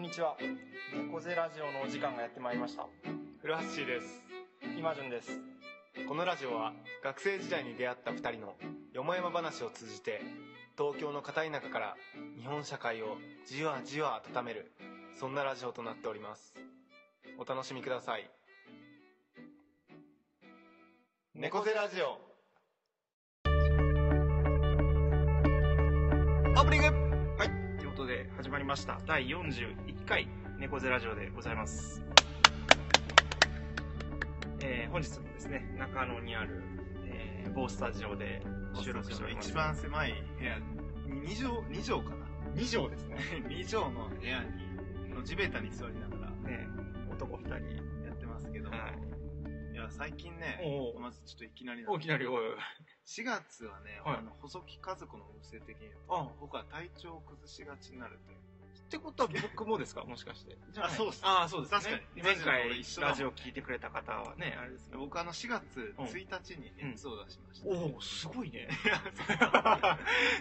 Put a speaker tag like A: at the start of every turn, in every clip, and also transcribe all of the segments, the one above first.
A: にちは猫背ラジオのお時間がやってまいりました
B: 古橋です
A: 今順です
B: このラジオは学生時代に出会った2人のよもやま話を通じて東京の片田舎から日本社会をじわじわ温めるそんなラジオとなっておりますお楽しみください猫背ラジオオープニング
A: ということで始まりました第41回猫背ラジオでございます、えー本日もですね中野にある、えー某スタジオで収録しております
C: 一番狭い部屋2畳二畳かな
A: 2畳です ね
C: 2畳の部屋にの地べたに座りながら
A: ね男2人
C: やってますけど、、
A: はい
C: や最近ね
A: お
C: まずちょっといきなりなん
B: お
C: で
B: いきなりおいおい
C: 4月はね、
B: はい
C: あの細木家族の運勢的に
B: あ
C: 僕は体調を崩しがちになるという
B: ってこ とは僕もですかもしかして
C: あそうっす
B: ああそうです、ね、
C: 確かに
A: 前
C: 今まで俺
A: 回
C: 一緒だも
A: ラ
C: ん
A: ジオ聞いてくれた方はねあれですけど
C: 僕あの4月
B: うん
C: 1日に熱を出しました、
B: おおすごいね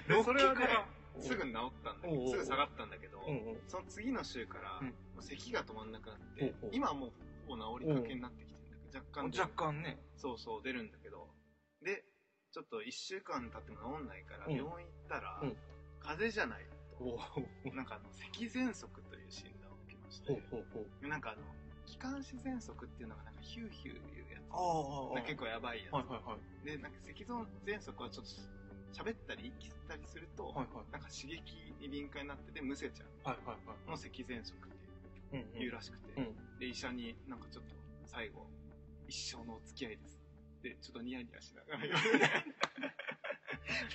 C: でそれは
B: ロッキー
C: ね
B: から
C: すぐ治ったんだ
B: おうおうおう
C: すぐ下がったんだけど、
B: うんうん
C: その次の週から、
B: うん
C: もう咳が止まんなくなって、
B: おうおう
C: 今はもうほぼ治りかけになってきてるんだけど、若干出る
B: 若干ね
C: そうそう出るんだけど、で、ちょっと1週間経っても治んないから、
B: うん
C: 病院行ったら、
B: うん
C: 風邪じゃない
B: おお
C: と、なんかあの、咳喘息という診断を受けまして、
B: うほう
C: でなんかあの、気管支喘息っていうのがなんかヒューヒューいうやつ。
B: ああ
C: なんか結構やばいやつ。
B: はいはいはい
C: で、なんか咳喘息はちょっと喋ったり息吸ったりすると、
B: はいはい
C: なんか刺激に敏感になっててむせちゃ
B: はいはいは
C: うのを咳喘息っていう。
B: い。
C: 言うらしくて、
B: うん
C: で医者になんかちょっと最後一生のお付き合いですでちょっとニヤニヤしな がら言われて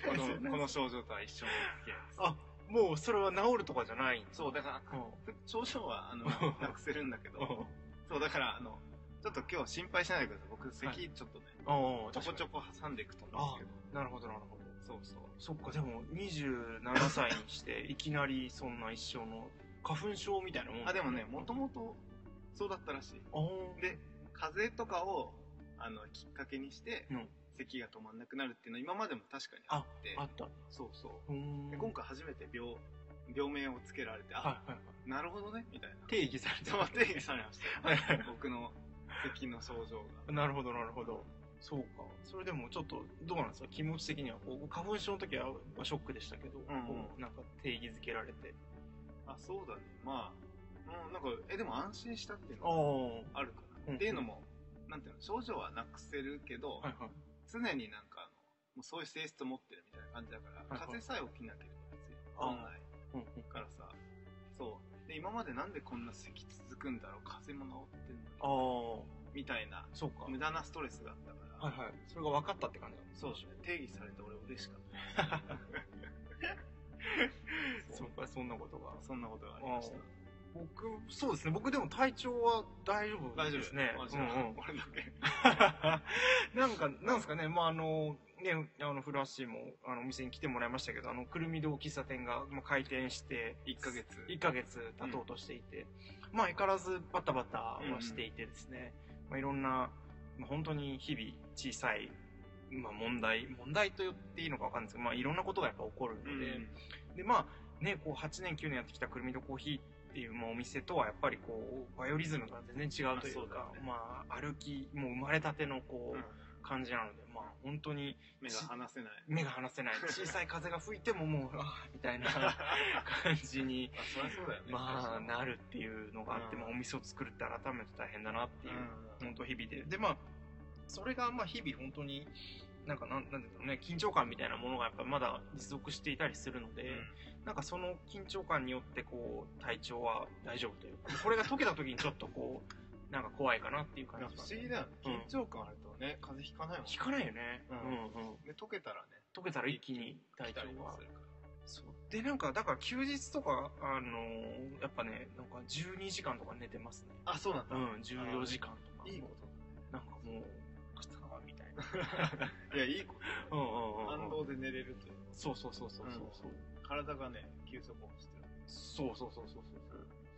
C: このこの症状とは一生のお付き合いです
B: あ、もうそれは治るとかじゃないんです。
C: そうだから
B: うん。
C: 症状はあ のなくせるんだけどそうだからあのちょっと今日心配しないでください僕
B: は
C: 咳ちょっとね、
B: ああ、
C: ちょこちょ
B: こ。
C: こ挟んでいくと思うんです
B: なるほどなるほど。
C: けどそうそう
B: そっか、でも27歳にして、いきなりそんな一生の花粉症みたいなもん。
C: あでもねもともとそうだったらしい
B: あー
C: で風邪とかをあのきっかけにして、
B: うん
C: 咳が止まんなくなるっていうのは今までも確かにあって
B: あった。
C: そうそう
B: うーん
C: で今回初めて病病名をつけられて、あ、
B: はいはいはい。
C: なるほどねみたいな。
B: 定義され
C: そう定義されました
B: はいはい
C: よ。僕の咳の症状
B: た。なるほどなるほど。そうか。それでもちょっと、どうなんですか気持ち的には。こう花粉症の時はまあショックでしたけど、
C: んうん
B: こうなんか定義づけられて。
C: が。あ、そうだね。まあ、うん、なんか、え、でも安心したっていう
B: あ
C: の
B: あ。
C: があるか
B: うん
C: な。っていうのも、なんていうの、症状はなくせるけど、
B: はいはい。
C: 常になんかあの、もうそういう性質を持ってるみたいな感じだから、
B: はい
C: 風邪さえ起きなければ別に治
B: あー
C: んない
B: うんうん
C: からさ、そう。で、今までなんでこんな咳続くんだろう、風邪も治ってんのに、
B: ああ、
C: みたいな、
B: そうか。
C: 無駄なストレスがあったから、
B: はいはい。それが分かったって感じだ
C: そうですね。定義されて俺嬉しかった。 そ
B: そ
C: う
B: うか、そんなことが。
C: そんなことがありました
B: あ。僕、そうですね。僕でも体調は大丈夫
C: 大丈夫
B: ですね。
C: あ
B: う
C: じ
B: ん
C: ゃあ
B: うん
C: 俺だけ。
B: なんか、なんですかね。まあ、あの、ね、あの、フラッシーも、あの、お店に来てもらいましたけど、あの、くるみ堂喫茶店が、まあ、開店して、
C: 1ヶ月。
B: 1ヶ月経とうとしていて、まあ、相変わらずバタバタはしていてですね、まあ、いろんな、まあ、本当に日々小さい、まあ、問題、問題と言っていいのかわかんないですけど、まあ、いろんなことがやっぱ起こるので、
C: うん
B: でまあねこう8年9年やってきたくるみとコーヒーっていう、まあ、お店とはやっぱりこうバイオリズムが全然違うという
C: まあそ
B: か
C: うだね
B: まあ歩きもう生まれたてのこう、
C: うん
B: 感じなのでまあ本当に
C: 目が離 せない。
B: 目が離せない小さい風が吹いてももうあーみたいな 感じに
C: あ、そりゃそうだよね。
B: まあなるっていうのがあって、
C: うん
B: まあ、お店を作るって改めて大変だなって
C: う
B: い
C: ん
B: う、本当日々ででまあそれがまあ日々本当になんかなんなんていうんだろうね緊張感みたいなものがやっぱまだ持続していたりするので、なんかその緊張感によってこう体調は大丈夫というかこれが解けた時にちょっとこうなんか怖いかなっていう
C: うん
B: 感
C: なんか
B: じ
C: 不
B: が
C: 思議だよね。緊張感あるとね、風邪ひかないもん。
B: 引かないよね、
C: うん
B: うんうん
C: で、溶けたらね、
B: 解けたら一気に体
C: 来たり
B: 調
C: も
B: は
C: するから。
B: そうでなんかだから休日とかあのーやっぱねなんか12時間とか寝てますね
C: あ、そうなん
B: う
C: だ。
B: ん14時間とか
C: いいこ
B: なんかもう肩がみ たいな
C: と。いや、いいこと。
B: うんうん
C: 反
B: うんうん
C: 動で寝れるというか
B: そうそうそうそうそうそう
C: 体がね、休息をしてる。
B: そうそうそうそうそう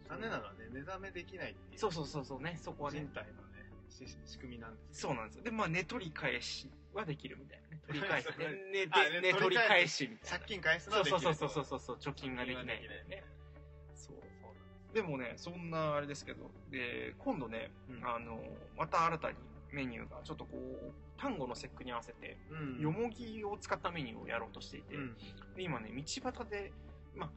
C: 残念ながらね、目覚めできないっていう。
B: そうそうそうそうねそこはね
C: 人体のね、し仕組みなんですけ
B: そうなんですよ。で、まあ、寝取り返しはできるみたいなね。取り返し
C: それ
B: 寝
C: あ
B: て、寝
C: 寝
B: 取
C: 取り
B: り返
C: 返
B: しみた
C: ど。
B: い
C: 借金返すの
B: な。
C: はでき
B: そう
C: る
B: そうそうそうそうそう、貯金ができない。
C: 貯金ができないね
B: そ
C: そ
B: う。
C: うなんです
B: でもね、そんなあれですけど、で、今度ね、
C: うん
B: あの、また新たにメニューが、ちょっとこう、単語の節句に合わせて、
C: うん
B: よもぎを使ったメニューをやろうとしていて、
C: うん
B: で今ね、道端で、まあ、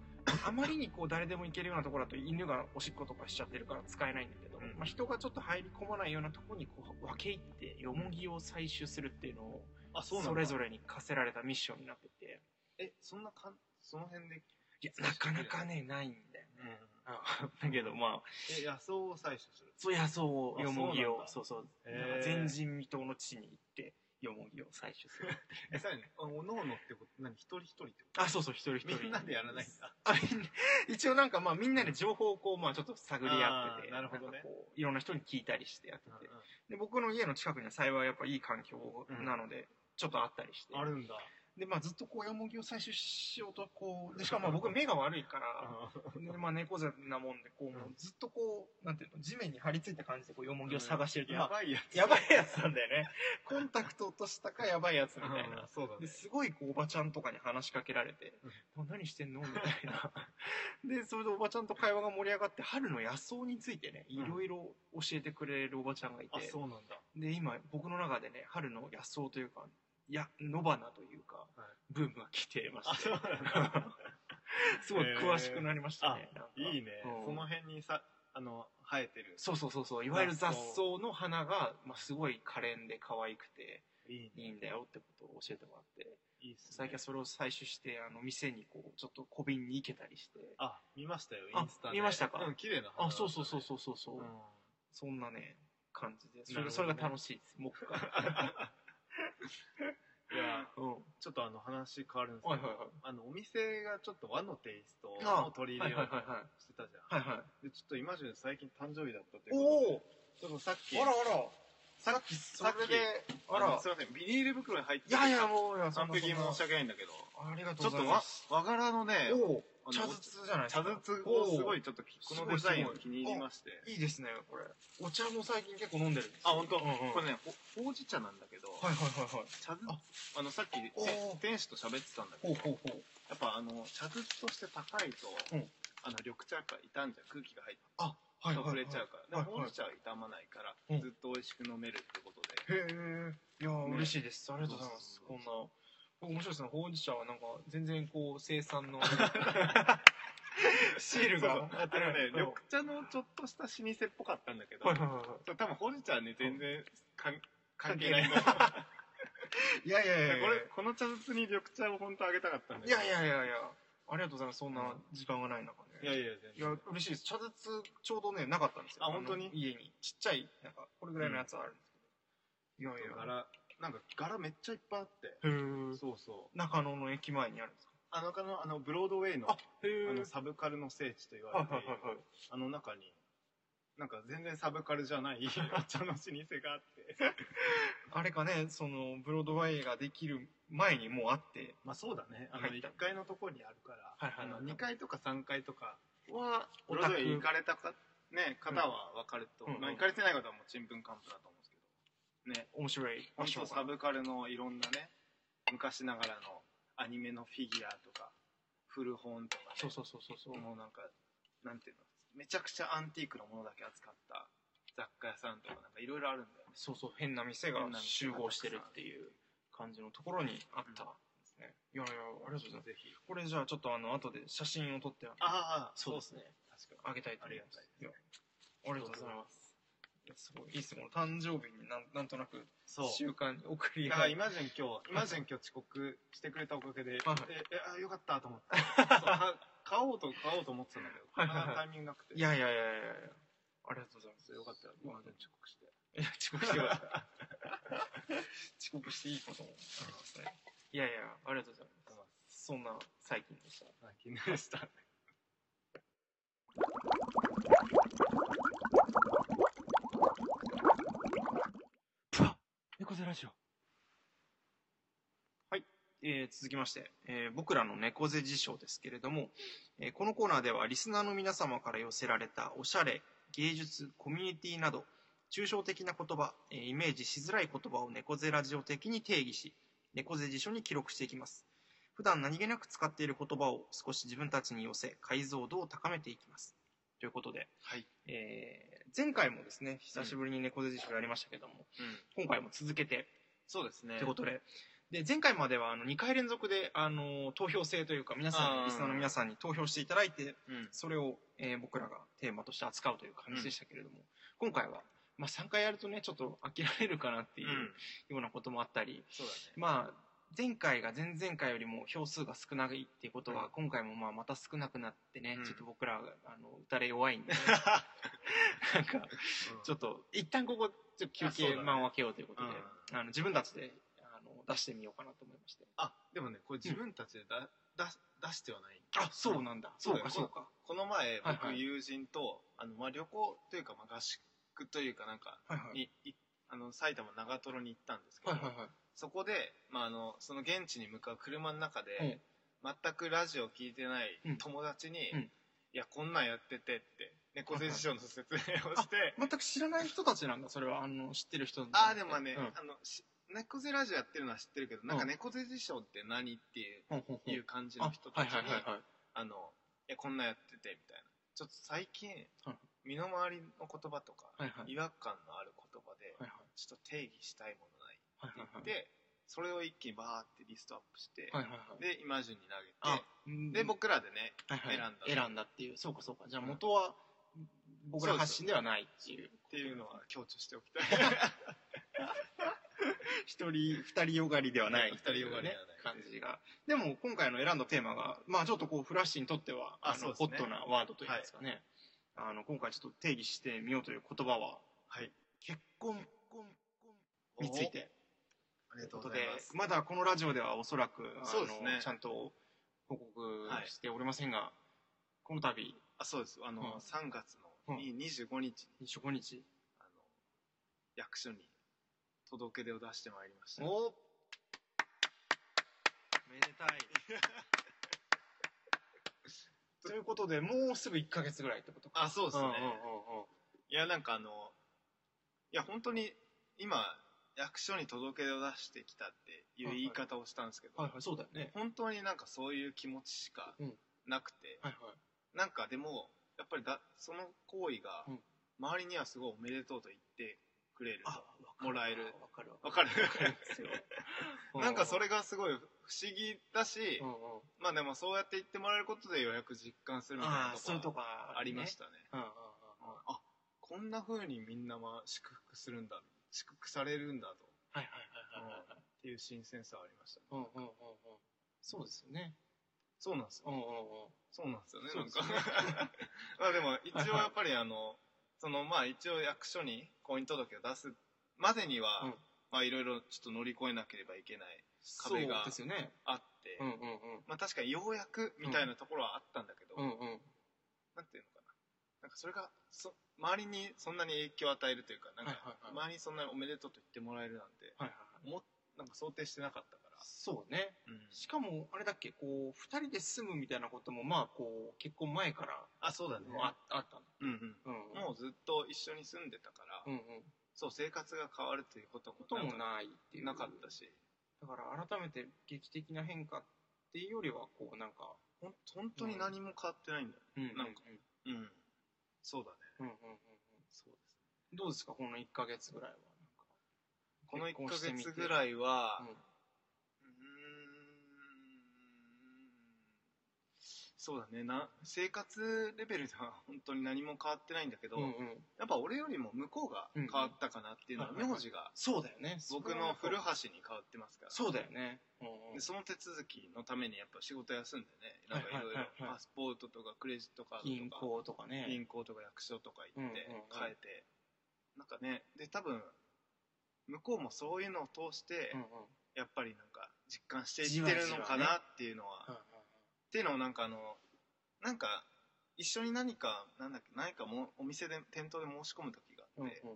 B: あまりにこう誰でも行けるようなところだと犬がおしっことかしちゃってるから使えないんだけど、
C: うん
B: まあ、人がちょっと入り込まないようなところにこう分け入ってよもぎを採取するっていうのを
C: あそうなんだ
B: それぞれに課せられたミッションになってて、
C: えそんなかんその辺で
B: いや、なかなかね、ないんだよね。あ だけどまあ、
C: え野草を採取する
B: そう野草を、
C: あ
B: よもぎ
C: そうなん
B: を、
C: だ
B: そうそう
C: へー
B: なんか前人未到の地に行って、よもぎを採取する。
C: えさらにあおのおのってこと何一人一人ってこと
B: あ、そうそう、一人一人。
C: みんなでやらないんだ
B: あみんな一応なんかまあみんなで情報をこうまあちょっと探り合ってて
C: あーなるほどね
B: んかこういろんな人に聞いたりしてやって
C: うん
B: てで僕の家の近くには幸いやっぱいい環境なので、ちょっとあったりして
C: うんあるんだ
B: でまあずっとこうヤモギを採取しようとこうでしかもまあ僕目が悪いからでまあ猫背なもんでこうもうずっとこうなんていうの地面に張り付いた感じでこうヤモギを探してると、
C: や
B: まあ
C: ばいやつ
B: やばいやつなんだよねコンタクト落としたかやばいやつみたいな
C: うんそうだ
B: で
C: ね
B: すごいこうおばちゃんとかに話しかけられて「な何してんの?」みたいな でそれでおばちゃんと会話が盛り上がって春の野草についてねいろいろ教えてくれるおばちゃんがいて
C: あ、そうなんだ
B: で今僕の中でね春の野草というかや野花というか、
C: はい
B: ブームが来てま
C: あ
B: し
C: そ
B: て
C: うなんだ
B: すごい詳しくなりましたね、なんか
C: いいね
B: うん
C: その辺にさあの生えてる
B: そうそうそうそういわゆる雑草の花が、まあ、すごい可憐で可愛くて
C: いいね
B: いいんだよってことを教えてもらって
C: いいっすね
B: 最近はそれを採取してあの店にこうちょっと小瓶に行けたりして
C: あ見ましたよ
B: あ
C: インスタで
B: 見ましたか
C: うん綺麗な花
B: あそうそうそうそうそうそう、
C: うん
B: そんなね感じでそ
C: な
B: れ,、
C: るほ
B: そ
C: どね
B: れが楽しいです目下
C: いや
B: うんは
C: ちょっとあの話変わるんです
B: いは
C: け
B: いはい
C: どあのお店がちょっと和のテイスト
B: あ
C: を取り
B: は
C: 入
B: い
C: れよ
B: はいう
C: と
B: はいはい
C: してたじゃん
B: はいはい
C: でちょっと今まで最近誕生日だったということ
B: お
C: で
B: お
C: ちょっとさっき
B: あらあら
C: さっき
B: そ
C: さ
B: れ
C: っき
B: であ
C: あの
B: ら
C: すいませんビニール袋に入って
B: いやいやもういや
C: 完璧
B: そんな
C: 申し訳ないんだけど
B: ありがと
C: ちょ
B: う
C: っ
B: ござ
C: と
B: いま
C: 和
B: す
C: 和柄のね
B: おお
C: あの
B: 茶筒じゃないです
C: 茶
B: か
C: 筒をすごいちょっとこのデザイン
B: す
C: を
B: ごいすごい
C: 気に入りまして
B: いいですねこれお茶も最近結構飲んでるんですよ
C: あ本当
B: うんうん
C: これねほほうじ茶なんだけど
B: はいはいはいはい
C: 茶筒
B: あ
C: あのさっきて
B: おー
C: 店主と喋ってたんだけ
B: ほう
C: ど
B: ほうほう
C: やっぱあの茶筒として高いと
B: うん
C: あの緑茶が傷んじゃう空気が入って
B: あはいはいは
C: 溢
B: い
C: れちゃうから
B: はい
C: でもほうじ茶は傷まないから
B: うん
C: ずっと美味しく飲めるってことで
B: へえ。いやー、
C: ね
B: 嬉しいです。ありがとうございます。
C: そ
B: こ
C: うん
B: な。僕面白いですね。ほうじ茶はなんか、全然こう、生 産の。シールが。
C: あのね、
B: うん
C: 緑茶のちょっとした老舗っぽかったんだけど、
B: はいはいはい
C: 多
B: は
C: 分ほうじ茶はね、全然かん関
B: 関
C: 係
B: 係
C: な
B: ないい
C: んだよ
B: い。いやいやいやいや。
C: これ、この茶筒に緑茶を本当あげたかったんだ
B: い
C: けど。
B: やいやいやいや。ありがとうございます。そんな時間がない中ね。
C: いやいや、全
B: いや
C: 然。
B: 嬉しいです。茶筒、ちょうどね、なかったんですよ。
C: あ本当に
B: あの家に。ちっちゃい、なんか、これぐらいのやつあるんですけど。いやいや。
C: 柄、なんか柄めっちゃいっぱいあって。
B: へー
C: そうそう。
B: 中野の駅前にあるんですか
C: あの、あの、あのブロードウェイの、
B: あ
C: あ
B: へえ。
C: の、サブカルの聖地と言わ
B: は
C: れ
B: い
C: てい
B: はいはい
C: る、
B: はい。
C: あの中に、なんか全然サブカルじゃ ないお茶の老舗があって。
B: あれかね、その、ブロードウェイができる前にもうあって、
C: まあそうだね。あの、
B: 入
C: 1
B: った
C: 階のところにあるから、
B: はいはい
C: あ
B: はい
C: の、2階とか3階とか、
B: は、
C: ブロードウェイ行かれたか、ね、方は分かると、
B: うん
C: まあ、
B: うん
C: 行かれてない方はもうちんぷんかんぷんだと思うんですけど、ね、
B: 面白い
C: 本
B: 場
C: 当
B: 所が
C: サブカルのいろんなね、昔ながらのアニメのフィギュアとか、古本とか、ね、
B: そうそうそうそうそう、
C: もうなんか、なんていうの、めちゃくちゃアンティークのものだけ扱った雑貨屋さんとか、なんかいろいろあるんだよね。
B: そうそう変な店が
C: 変な店
B: 集
C: が
B: 合してるっていう感じのところにあったんですね、いやいやありがとうございます
C: ぜひ。
B: これじゃあちょっとあの後で写真を撮ってあ
C: ああ、
B: そうですね
C: 確か
B: あげたいと思います
C: あ
B: いやありがとうございますいやすごいいいっすねこの誕生日になんなんとなく
C: そう。
B: 習慣に送り
C: だから
B: 合い
C: イマジン今日、イマジン今日遅刻してくれたおかげで、え、
B: はい
C: えあ、よかったと思 って。そうか買おうと、買おうと思ってたんだけど、
B: はい
C: な
B: は
C: かな
B: いはい
C: かタイミングなくて。
B: いやいやいやいやいやありがとうございます
C: そうよかったよ。イマジン遅刻して。
B: いや遅刻して よかった遅刻していいこともありますねいやいやありがとうございますそんな最近でした
C: あ、気になりました。
B: 猫背ラジオはい、えー続きまして、えー僕らの猫背辞書ですけれども、えーこのコーナーではリスナーの皆様から寄せられたおしゃれ芸術コミュニティなど抽象的な言葉、えーイメージしづらい言葉を猫背ラジオ的に定義し猫背辞書に記録していきます普段何気なく使っている言葉を少し自分たちに寄せ解像度を高めていきますということで、
C: はい。
B: えー前回もですね、久しぶりに猫背自粛やりましたけども、
C: うん。
B: 今回も続けて
C: そうですね。
B: ということで、で、前回まではあの2回連続で、あの、投票制というか、皆さ
C: あ
B: ん、
C: ー
B: リスナーの皆さんに投票していただいて、
C: うん。
B: それを、えー僕らがテーマとして扱うという感じでしたけれども、今回は、まあ、3回やるとねちょっと飽きられるかなっていう
C: うん。
B: ようなこともあったり、
C: そうだね。
B: まあ前回が前々回よりも票数が少ないっていうことは、
C: うん
B: 今回もまあまた少なくなってね、
C: うん
B: ちょっと僕らあの打たれ弱いんでね、なんかちょ
C: っ
B: っと一旦ここちょっと休
C: あそう
B: 憩
C: だね
B: 間を空けようということで、
C: う
B: あの自分たちであの出してみようかなと思いまして
C: あ、でもね、これ自分たちでだ、出す出してはない。
B: あそうなんだ、そうかそうか
C: この前、
B: はい
C: 僕、
B: はい
C: 友人と、あの、まあ、旅行というか、まあ、合宿というか、なんか、
B: はいはい
C: に、いあの、埼玉長瀞に行ったんですけど、
B: はいはいはい
C: そこで、まあ、あの、その現地に向かう車の中
B: う
C: で
B: ん、
C: 全くラジオを聞いてない
B: うん
C: 友達に、
B: うん
C: いや、こんなんやっててって、猫背師匠の説明をして、
B: 全く知らない人たちなんだそれはあの知ってる人じゃ
C: あ
B: な く
C: あ、
B: て
C: でもね、
B: うん
C: あの、し猫背ラジオやってるのは知ってるけど、なんか
B: うん
C: 猫背師匠って何っていう
B: ほんほんほん
C: いう感じ
B: あ
C: の人たちに、
B: はいはいはいはい
C: あの、いや、こんなんやってて、みたいな。ちょっと最近
B: はい、
C: 身の回りの言葉とか、
B: はいはい
C: 違和感のある言葉で、
B: はい
C: ちょっと定義したいものない
B: はいは
C: っ
B: い
C: て言って、それを一気にバーってリストアップして、
B: はいはいはい
C: で、イマジュンに投げ
B: あ
C: て、で、僕らでね、
B: はいはい
C: 選んだ
B: 選んだっていうそうかそうかじゃあ元は僕ら発信ではないっていう
C: っていうのは強調しておきたい。
B: 一人二人よがりではない
C: 二人よがりではない
B: 感じがでも今回の選んだテーマがまあちょっとこうフラッシュにとっては
C: あ
B: あ
C: そう
B: の
C: で
B: ホ
C: すね
B: ットなワードといいますかねあの今回ちょっと定義してみようという言葉は
C: はい
B: 結婚について
C: お。ありが
B: と
C: とうご
B: いうこと
C: ざ
B: で
C: います。
B: まだこのラジオではおそらくあの
C: そうですね
B: ちゃんと報告しておりませんがこの度
C: あ、そうです。あの、
B: うん
C: 3月のに25日に、
B: 25日
C: あの、役所に届け出を出してまいりました。
B: おめでたいということでもうすぐ1か月ぐらいってことか
C: あ、そうですね。
B: んんうんうん
C: いや、なんかあの、いや、本当に今、役所に届け出を出してきたっていう言い方をしたんですけど、
B: はいはいそうだよね
C: 本当になんかそういう気持ちしか
B: うん
C: なくて、
B: はいはい
C: なんかでも、やっぱりだその行為が
B: うん、
C: 周りにはすごいおめでとうと言ってくれる。
B: あ
C: もらえる
B: わかるわ
C: わ
B: か
C: かる
B: るんですよ
C: なんかそ
B: れ
C: れがすごい不思議だし、
B: うんうん
C: まあでもそうやって言ってもらえることでようやく実感するみたいな
B: ああ
C: とこ
B: そういうとこ
C: ありましたたね。
B: うんうんうん
C: うんあ、こんな風にみんなまあ祝福するんだ、祝福されるんだと。
B: はいはいはいはいはいはい
C: っていう新鮮さはありましたね。
B: うんうんうんうんそうですよね
C: そうなんですよ。
B: うんうんうん
C: そうなんですよね。
B: そ
C: な
B: うんです
C: か
B: よ。ね
C: まあでも、一応やっぱりあの、そのまあ一応役所に婚姻届を出すまでには、
B: うん
C: まあいろいろちょっと乗り越えなければいけない
B: そう
C: 壁が
B: ですよね
C: あって、
B: うんうんうん
C: まあ確かにようやくみたいなところはあったんだけど、
B: うんうん
C: なんていうのかな。なんかそれがそ、周りにそんなに影響を与えるというか、なん
B: はい
C: か
B: はいはい
C: 周りにそんなにおめでとうと言ってもらえるなんて、
B: はいはいはい
C: 思っなんか想定してなかったから。
B: そうね
C: うん
B: しかもあれだっけこう2人で住むみたいなこともまあこう結婚前から
C: あ、そうだね。
B: ああったの
C: うんうん。
B: うん
C: もうずっと一緒に住んでたから、
B: うんうん
C: そう生活が変わるということ
B: ことも
C: な
B: ないっていう
C: なかったし
B: だから改めて劇的な変化っていうよりはこうなんか
C: ほん本当に何も変わってないんだよ、
B: うんうん
C: なんかうん、そうだね
B: うんうんうんうんそうですどうですかこの1か月ぐらいは
C: この1
B: 結婚
C: ヶ
B: してみて
C: 月ぐらいは
B: なんか
C: うーんそうだねな生活レベルでは本当に何も変わってないんだけど、
B: うんうんうん
C: やっぱ俺よりも向こうが変わったかなっていうのは
B: うんうん
C: 名字が
B: そうだよね
C: 僕の古
B: それは
C: 橋に変わってますから
B: そうだよねうんうん
C: でその手続きのためにやっぱ仕事休んでねなんかいろい
B: はいは
C: ろ
B: いはいは
C: パ
B: い
C: スポートとかクレジットカードとか
B: 銀行とかね
C: 銀行とか役所とか行って
B: うんうんうん
C: 変えて、なんかねで多分向こうもそういうのを通して、
B: うんうん
C: やっぱりなんか実感していってるのか
B: じわじわね
C: なっていうのは、
B: はいはい
C: っていうのをなんかあのなんか一緒に何かなんだっけ何かもお店で店頭で申し込む時があ
B: うん
C: っ
B: う
C: て、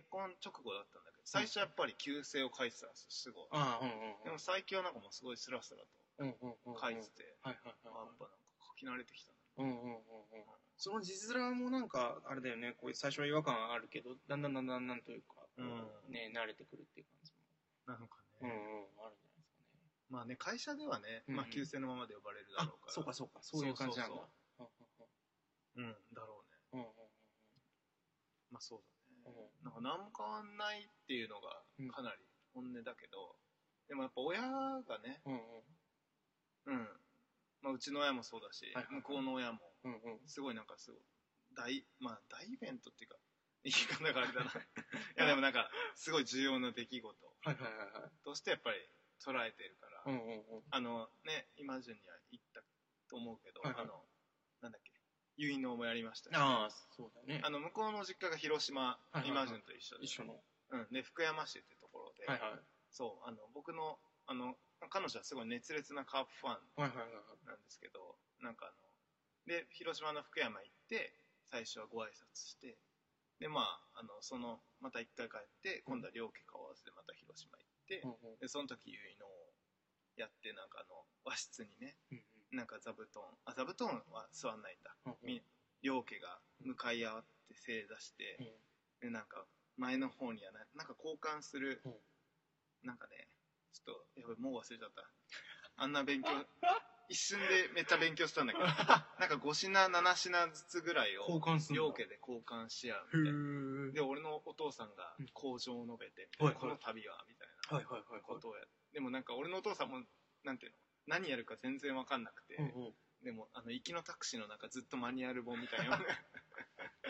B: ん
C: 結婚直後だったんだけど最初やっぱり旧姓を書いてたんですよすごい、
B: ああうんうん
C: でも最近はなんかもうすごいスラスラと
B: うんうんうんうん
C: 書いてて、
B: はいはいはい
C: あやっぱなんか書き慣れてきたな
B: うんうんうんうんその字面もなんかあれだよねこう最初は違和感あるけどだんだんだんだんなんというか、
C: うん
B: ね慣れてくるっていう
C: な
B: 感じ
C: のか
B: も、
C: ね、
B: うんうん、あるんじゃないですかね
C: まあね会社ではね、まあ
B: うんうん
C: 旧姓のままで呼ばれるだ
B: あ
C: ろうから
B: そうかそうかそういう感じなんだ
C: そうそうそううんだろうねまあそうだね。なんか何も変わんないっていうのが
B: うん
C: かなり本音だけど、でもやっぱ親がね、
B: うんう
C: う
B: ん
C: ん。まあうちの親もそうだし
B: はいはい、は
C: 向
B: い
C: こうの親も、
B: うんうん
C: すごいなんかすごい、大、まあ大イベントっていうか、言い方があれ だな。いやでもなんか、すごい重要な出来事
B: はいはいはいはい
C: としてやっぱり捉えてるから、
B: うんうんうん
C: あのね、今順には行ったと思うけど、
B: はいはい
C: あの、なんだっけ、結納もやりましたし
B: ああそうだよね
C: あの、向こうの実家が広島
B: いはい、はい
C: 今順と一緒で
B: 一、緒の
C: うん、で、福山市ってところで、
B: はいは
C: そう、あの、僕の、あの、彼女はすごい熱烈なカープファン
B: いはいはいはいはい
C: なんですけど、なんかあの、で、広島の福山行って、最初はご挨拶して、で、まあ、あの、その、また一回帰って、今度は両家顔合わせでまた広島行って、
B: うんうん
C: で、その時結納をやって、なんかあの、和室にね、
B: うん
C: なんか座布団、あ、座布団は座んないんだ。
B: うん
C: み両家が向かい合って正座して、
B: うん
C: でなんか前の方にはななんか交換する、
B: うん
C: なんかねちょっとやばいもう忘れちゃったあんな 勉強一瞬でめっちゃ勉強したんだけどなんか5品7品ずつぐらい
B: 交
C: を
B: 換する
C: 両
B: んだ
C: 家で交換し合
B: へ
C: うみたいな
B: ー
C: で俺のお父さんが口上を述べて、
B: うんはいはい
C: この旅はみたい
B: はいはいはいは
C: な
B: い
C: ことをやでもなんか俺のお父さんもなんていうの何やるか全然わかんなくて、
B: うんうん
C: でもあの行きのタクシーの中ずっとマニュアル本みたいな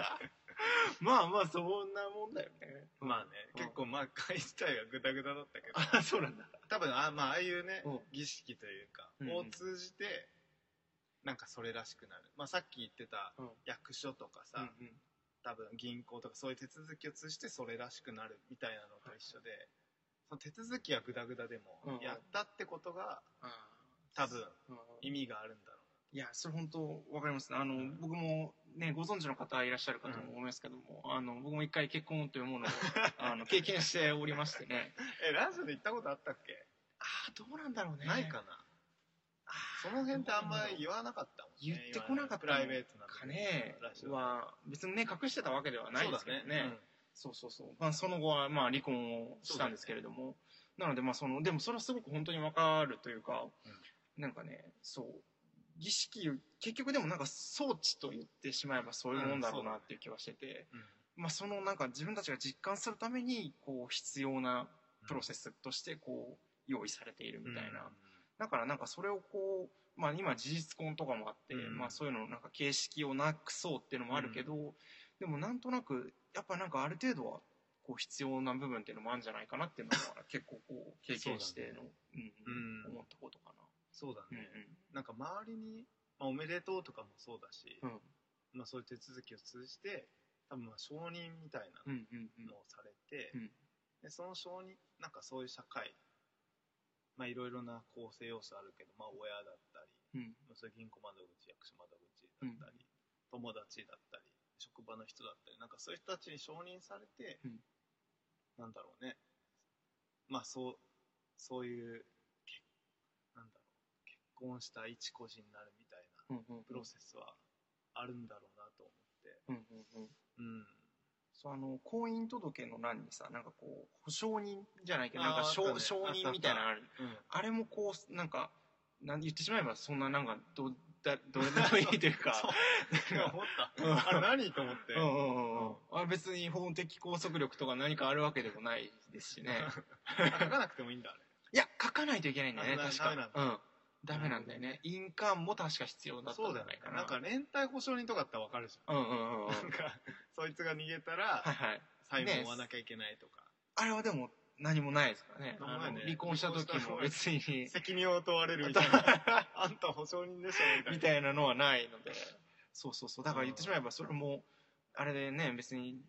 B: まあまあそんなもんだよね
C: まあね、
B: うん
C: 結構まあ会自体がグダグダだったけど
B: あそうなんだ
C: 多分あまあああいうね、
B: うん
C: 儀式というか、
B: うん
C: を通じてなんかそれらしくなる、まあ、さっき言ってた
B: うん
C: 役所とかさ、
B: うん
C: 多分銀行とかそういう手続きを通じてそれらしくなるみたいなのと一緒で、その手続きはグダグダで
B: うんう
C: も
B: ん
C: やったってことが
B: あ
C: 多分
B: ーうん
C: 意味があるんだろ
B: いや、それ本当わかりますね。あの、僕もね、ご存知の方いらっしゃるかと思いますけども、あの、僕も一回結婚という ものを、あの、経験しておりましてね。
C: うえラジオで行ったことあったっけ、
B: ああ、どうなんだろうね。
C: ないかな
B: あ
C: その辺ってあんまり言わなかったもんね
B: 言ってこなかった
C: プライベートな
B: ー。
C: 時
B: かね
C: ラジオ
B: は、別にね、隠してたわけではないですけどね。
C: そだね、
B: そううそうそうまあ、その後は、まあ、離婚をしたんですけれども。なので、まあ、その、でもそれはすごく本当にわかるというか、なんかね、そう。儀式、結局でもなんか装置と言ってしまえばそういうもんだろうなっていう気はしてて。
C: うんうん
B: まあ、そのなんか自分たちが実感するためにこう必要なプロセスとしてこう用意されているみたいな、だからなんかそれをこう、まあ、今事実婚とかもあって、
C: うん
B: まあ、そういうのなんか形式をなくそうっていうのもあるけど、でもなんとなくやっぱなんかある程度はこう必要な部分っていうのもあるんじゃないかなっていうのは結構こう経験してのう
C: うんん
B: うん思ったことか
C: そうだ
B: な。
C: ね、なんか周りに、まあ、おめでとうとかもそうだし、
B: うんうん
C: まあ、そういう手続きを通じて多分まあ承認みたい
B: うんう
C: なん
B: うん
C: のをされて、
B: うん
C: でその承認なんかそういう社会まあいろいろな構成要素あるけど、まあ、親だったり、
B: うん
C: まあ、そういう銀行窓口役所窓口だったり、友達だったり職場の人だったりなんかそういう人たちに承認されて、
B: うん
C: なんだろうねまあそうそういうけなんだろう結婚した一個人になるみたいな
B: うんうん
C: プロセスはあるんだろうなと思って。
B: うんうんうん
C: うん
B: そうあの婚姻届の欄にさなんかこう保証人じゃないけど
C: あー
B: なんか
C: あっ
B: 承,、
C: たね
B: 承認みたいなのある
C: うん
B: あれもこうなんかなん言ってしまえばそんななんかどだどうでもいいという か
C: そう今思った。
B: うん
C: あれ何と思って。
B: うんうんうんう
C: うん
B: んあれ別に法的拘束力とか何かあるわけでもないです しね
C: あ書かなくてもいいんだ、あれ。
B: いや書かないといけないんだよね
C: あな
B: 確
C: ダメな
B: か
C: んだ
B: うんダメなんだよね印鑑も確か必要だったん
C: そう
B: じ
C: だ
B: ゃ
C: よ
B: ない
C: ね
B: か。な
C: なんか連帯保証人とかだってわかるじ
B: うんうんうんう
C: ゃ
B: ん
C: ん。なんか、そいつが逃げたら
B: は、いはい
C: 債務を負わなきゃいけないとか。
B: あれはでも何もないですからね
C: 何もないね
B: あの離婚した時も別に
C: 責任を問われるみたいな。 あんた保証人でしょ、み
B: み
C: たいな。
B: たいなのはないので、そうそうそう、だから言ってしまえば、それも、あれでね、別に、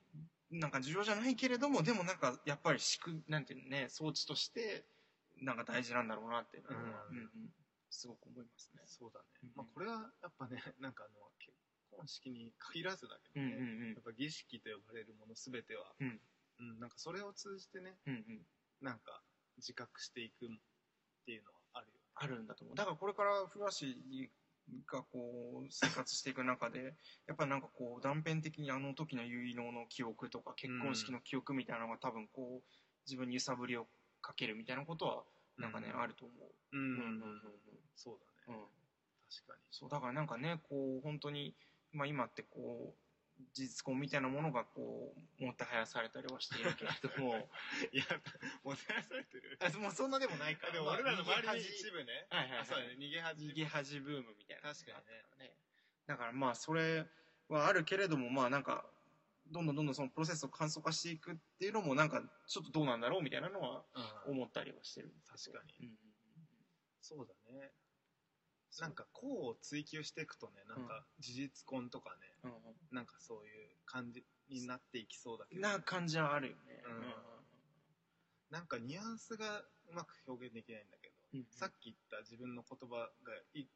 B: なんか重要じゃないけれども、でもなんか、やっぱり、仕組みなんていうのね、装置として、なんか大事なんだろうなっていうのは、う
C: うんん
B: うんすごく思いますね。
C: そうだね
B: うん。
C: まあこれはやっぱね、なんかあの、結婚式に限らずだけ
B: う
C: ど
B: んうん
C: ね。やっぱ儀式と呼ばれるものすべては、
B: うん
C: うんなんかそれを通じてね、
B: うん。うんうん。
C: なんか自覚していくっていうのはあるよね。
B: あるんだと思う。だからこれから、古橋がこう、生活していく中で、やっぱりなんかこう、断片的にあの時の結納の記憶とか、結婚式の記憶みたいなのが多分こう、自分に揺さぶりをかけるみたいなことは、なんかね、あると思
C: う
B: う。
C: ん
B: うんうんうん
C: そうだ
B: うん
C: ね。
B: うん
C: 確かに。
B: そうだからなんかねこう本当に、まあ、今ってこ事実婚みたいなものがこうもてはやされたりはしているけれども
C: いや、もてはやされてる。
B: あもうそんなでもないか
C: あでも俺らの
B: まあ
C: 周り
B: 逃
C: に
B: げ
C: 一部ね。
B: はい
C: あ、
B: はい、はい、
C: そうだね、逃げ恥。
B: 逃げ恥ブームみたいなのがあったら
C: 確
B: ねだからまあそれはあるけれどもまあなんかどんどんどんどんそのプロセスを簡素化していくっていうのもなんかちょっとどうなんだろうみたいなのは
C: うん
B: 思ったりはしてるんですけど
C: 確か
B: に、うん
C: そうだね。なんか、こうを追求していくとね、なんか、事実婚とかね、
B: うん
C: なんかそういう感じになっていきそうだけ
B: うん
C: ど、
B: な感じはあるよね、
C: うんなんかニュアンスがうまく表現できないんだけど、
B: うんうん
C: さっき言った自分の言葉がい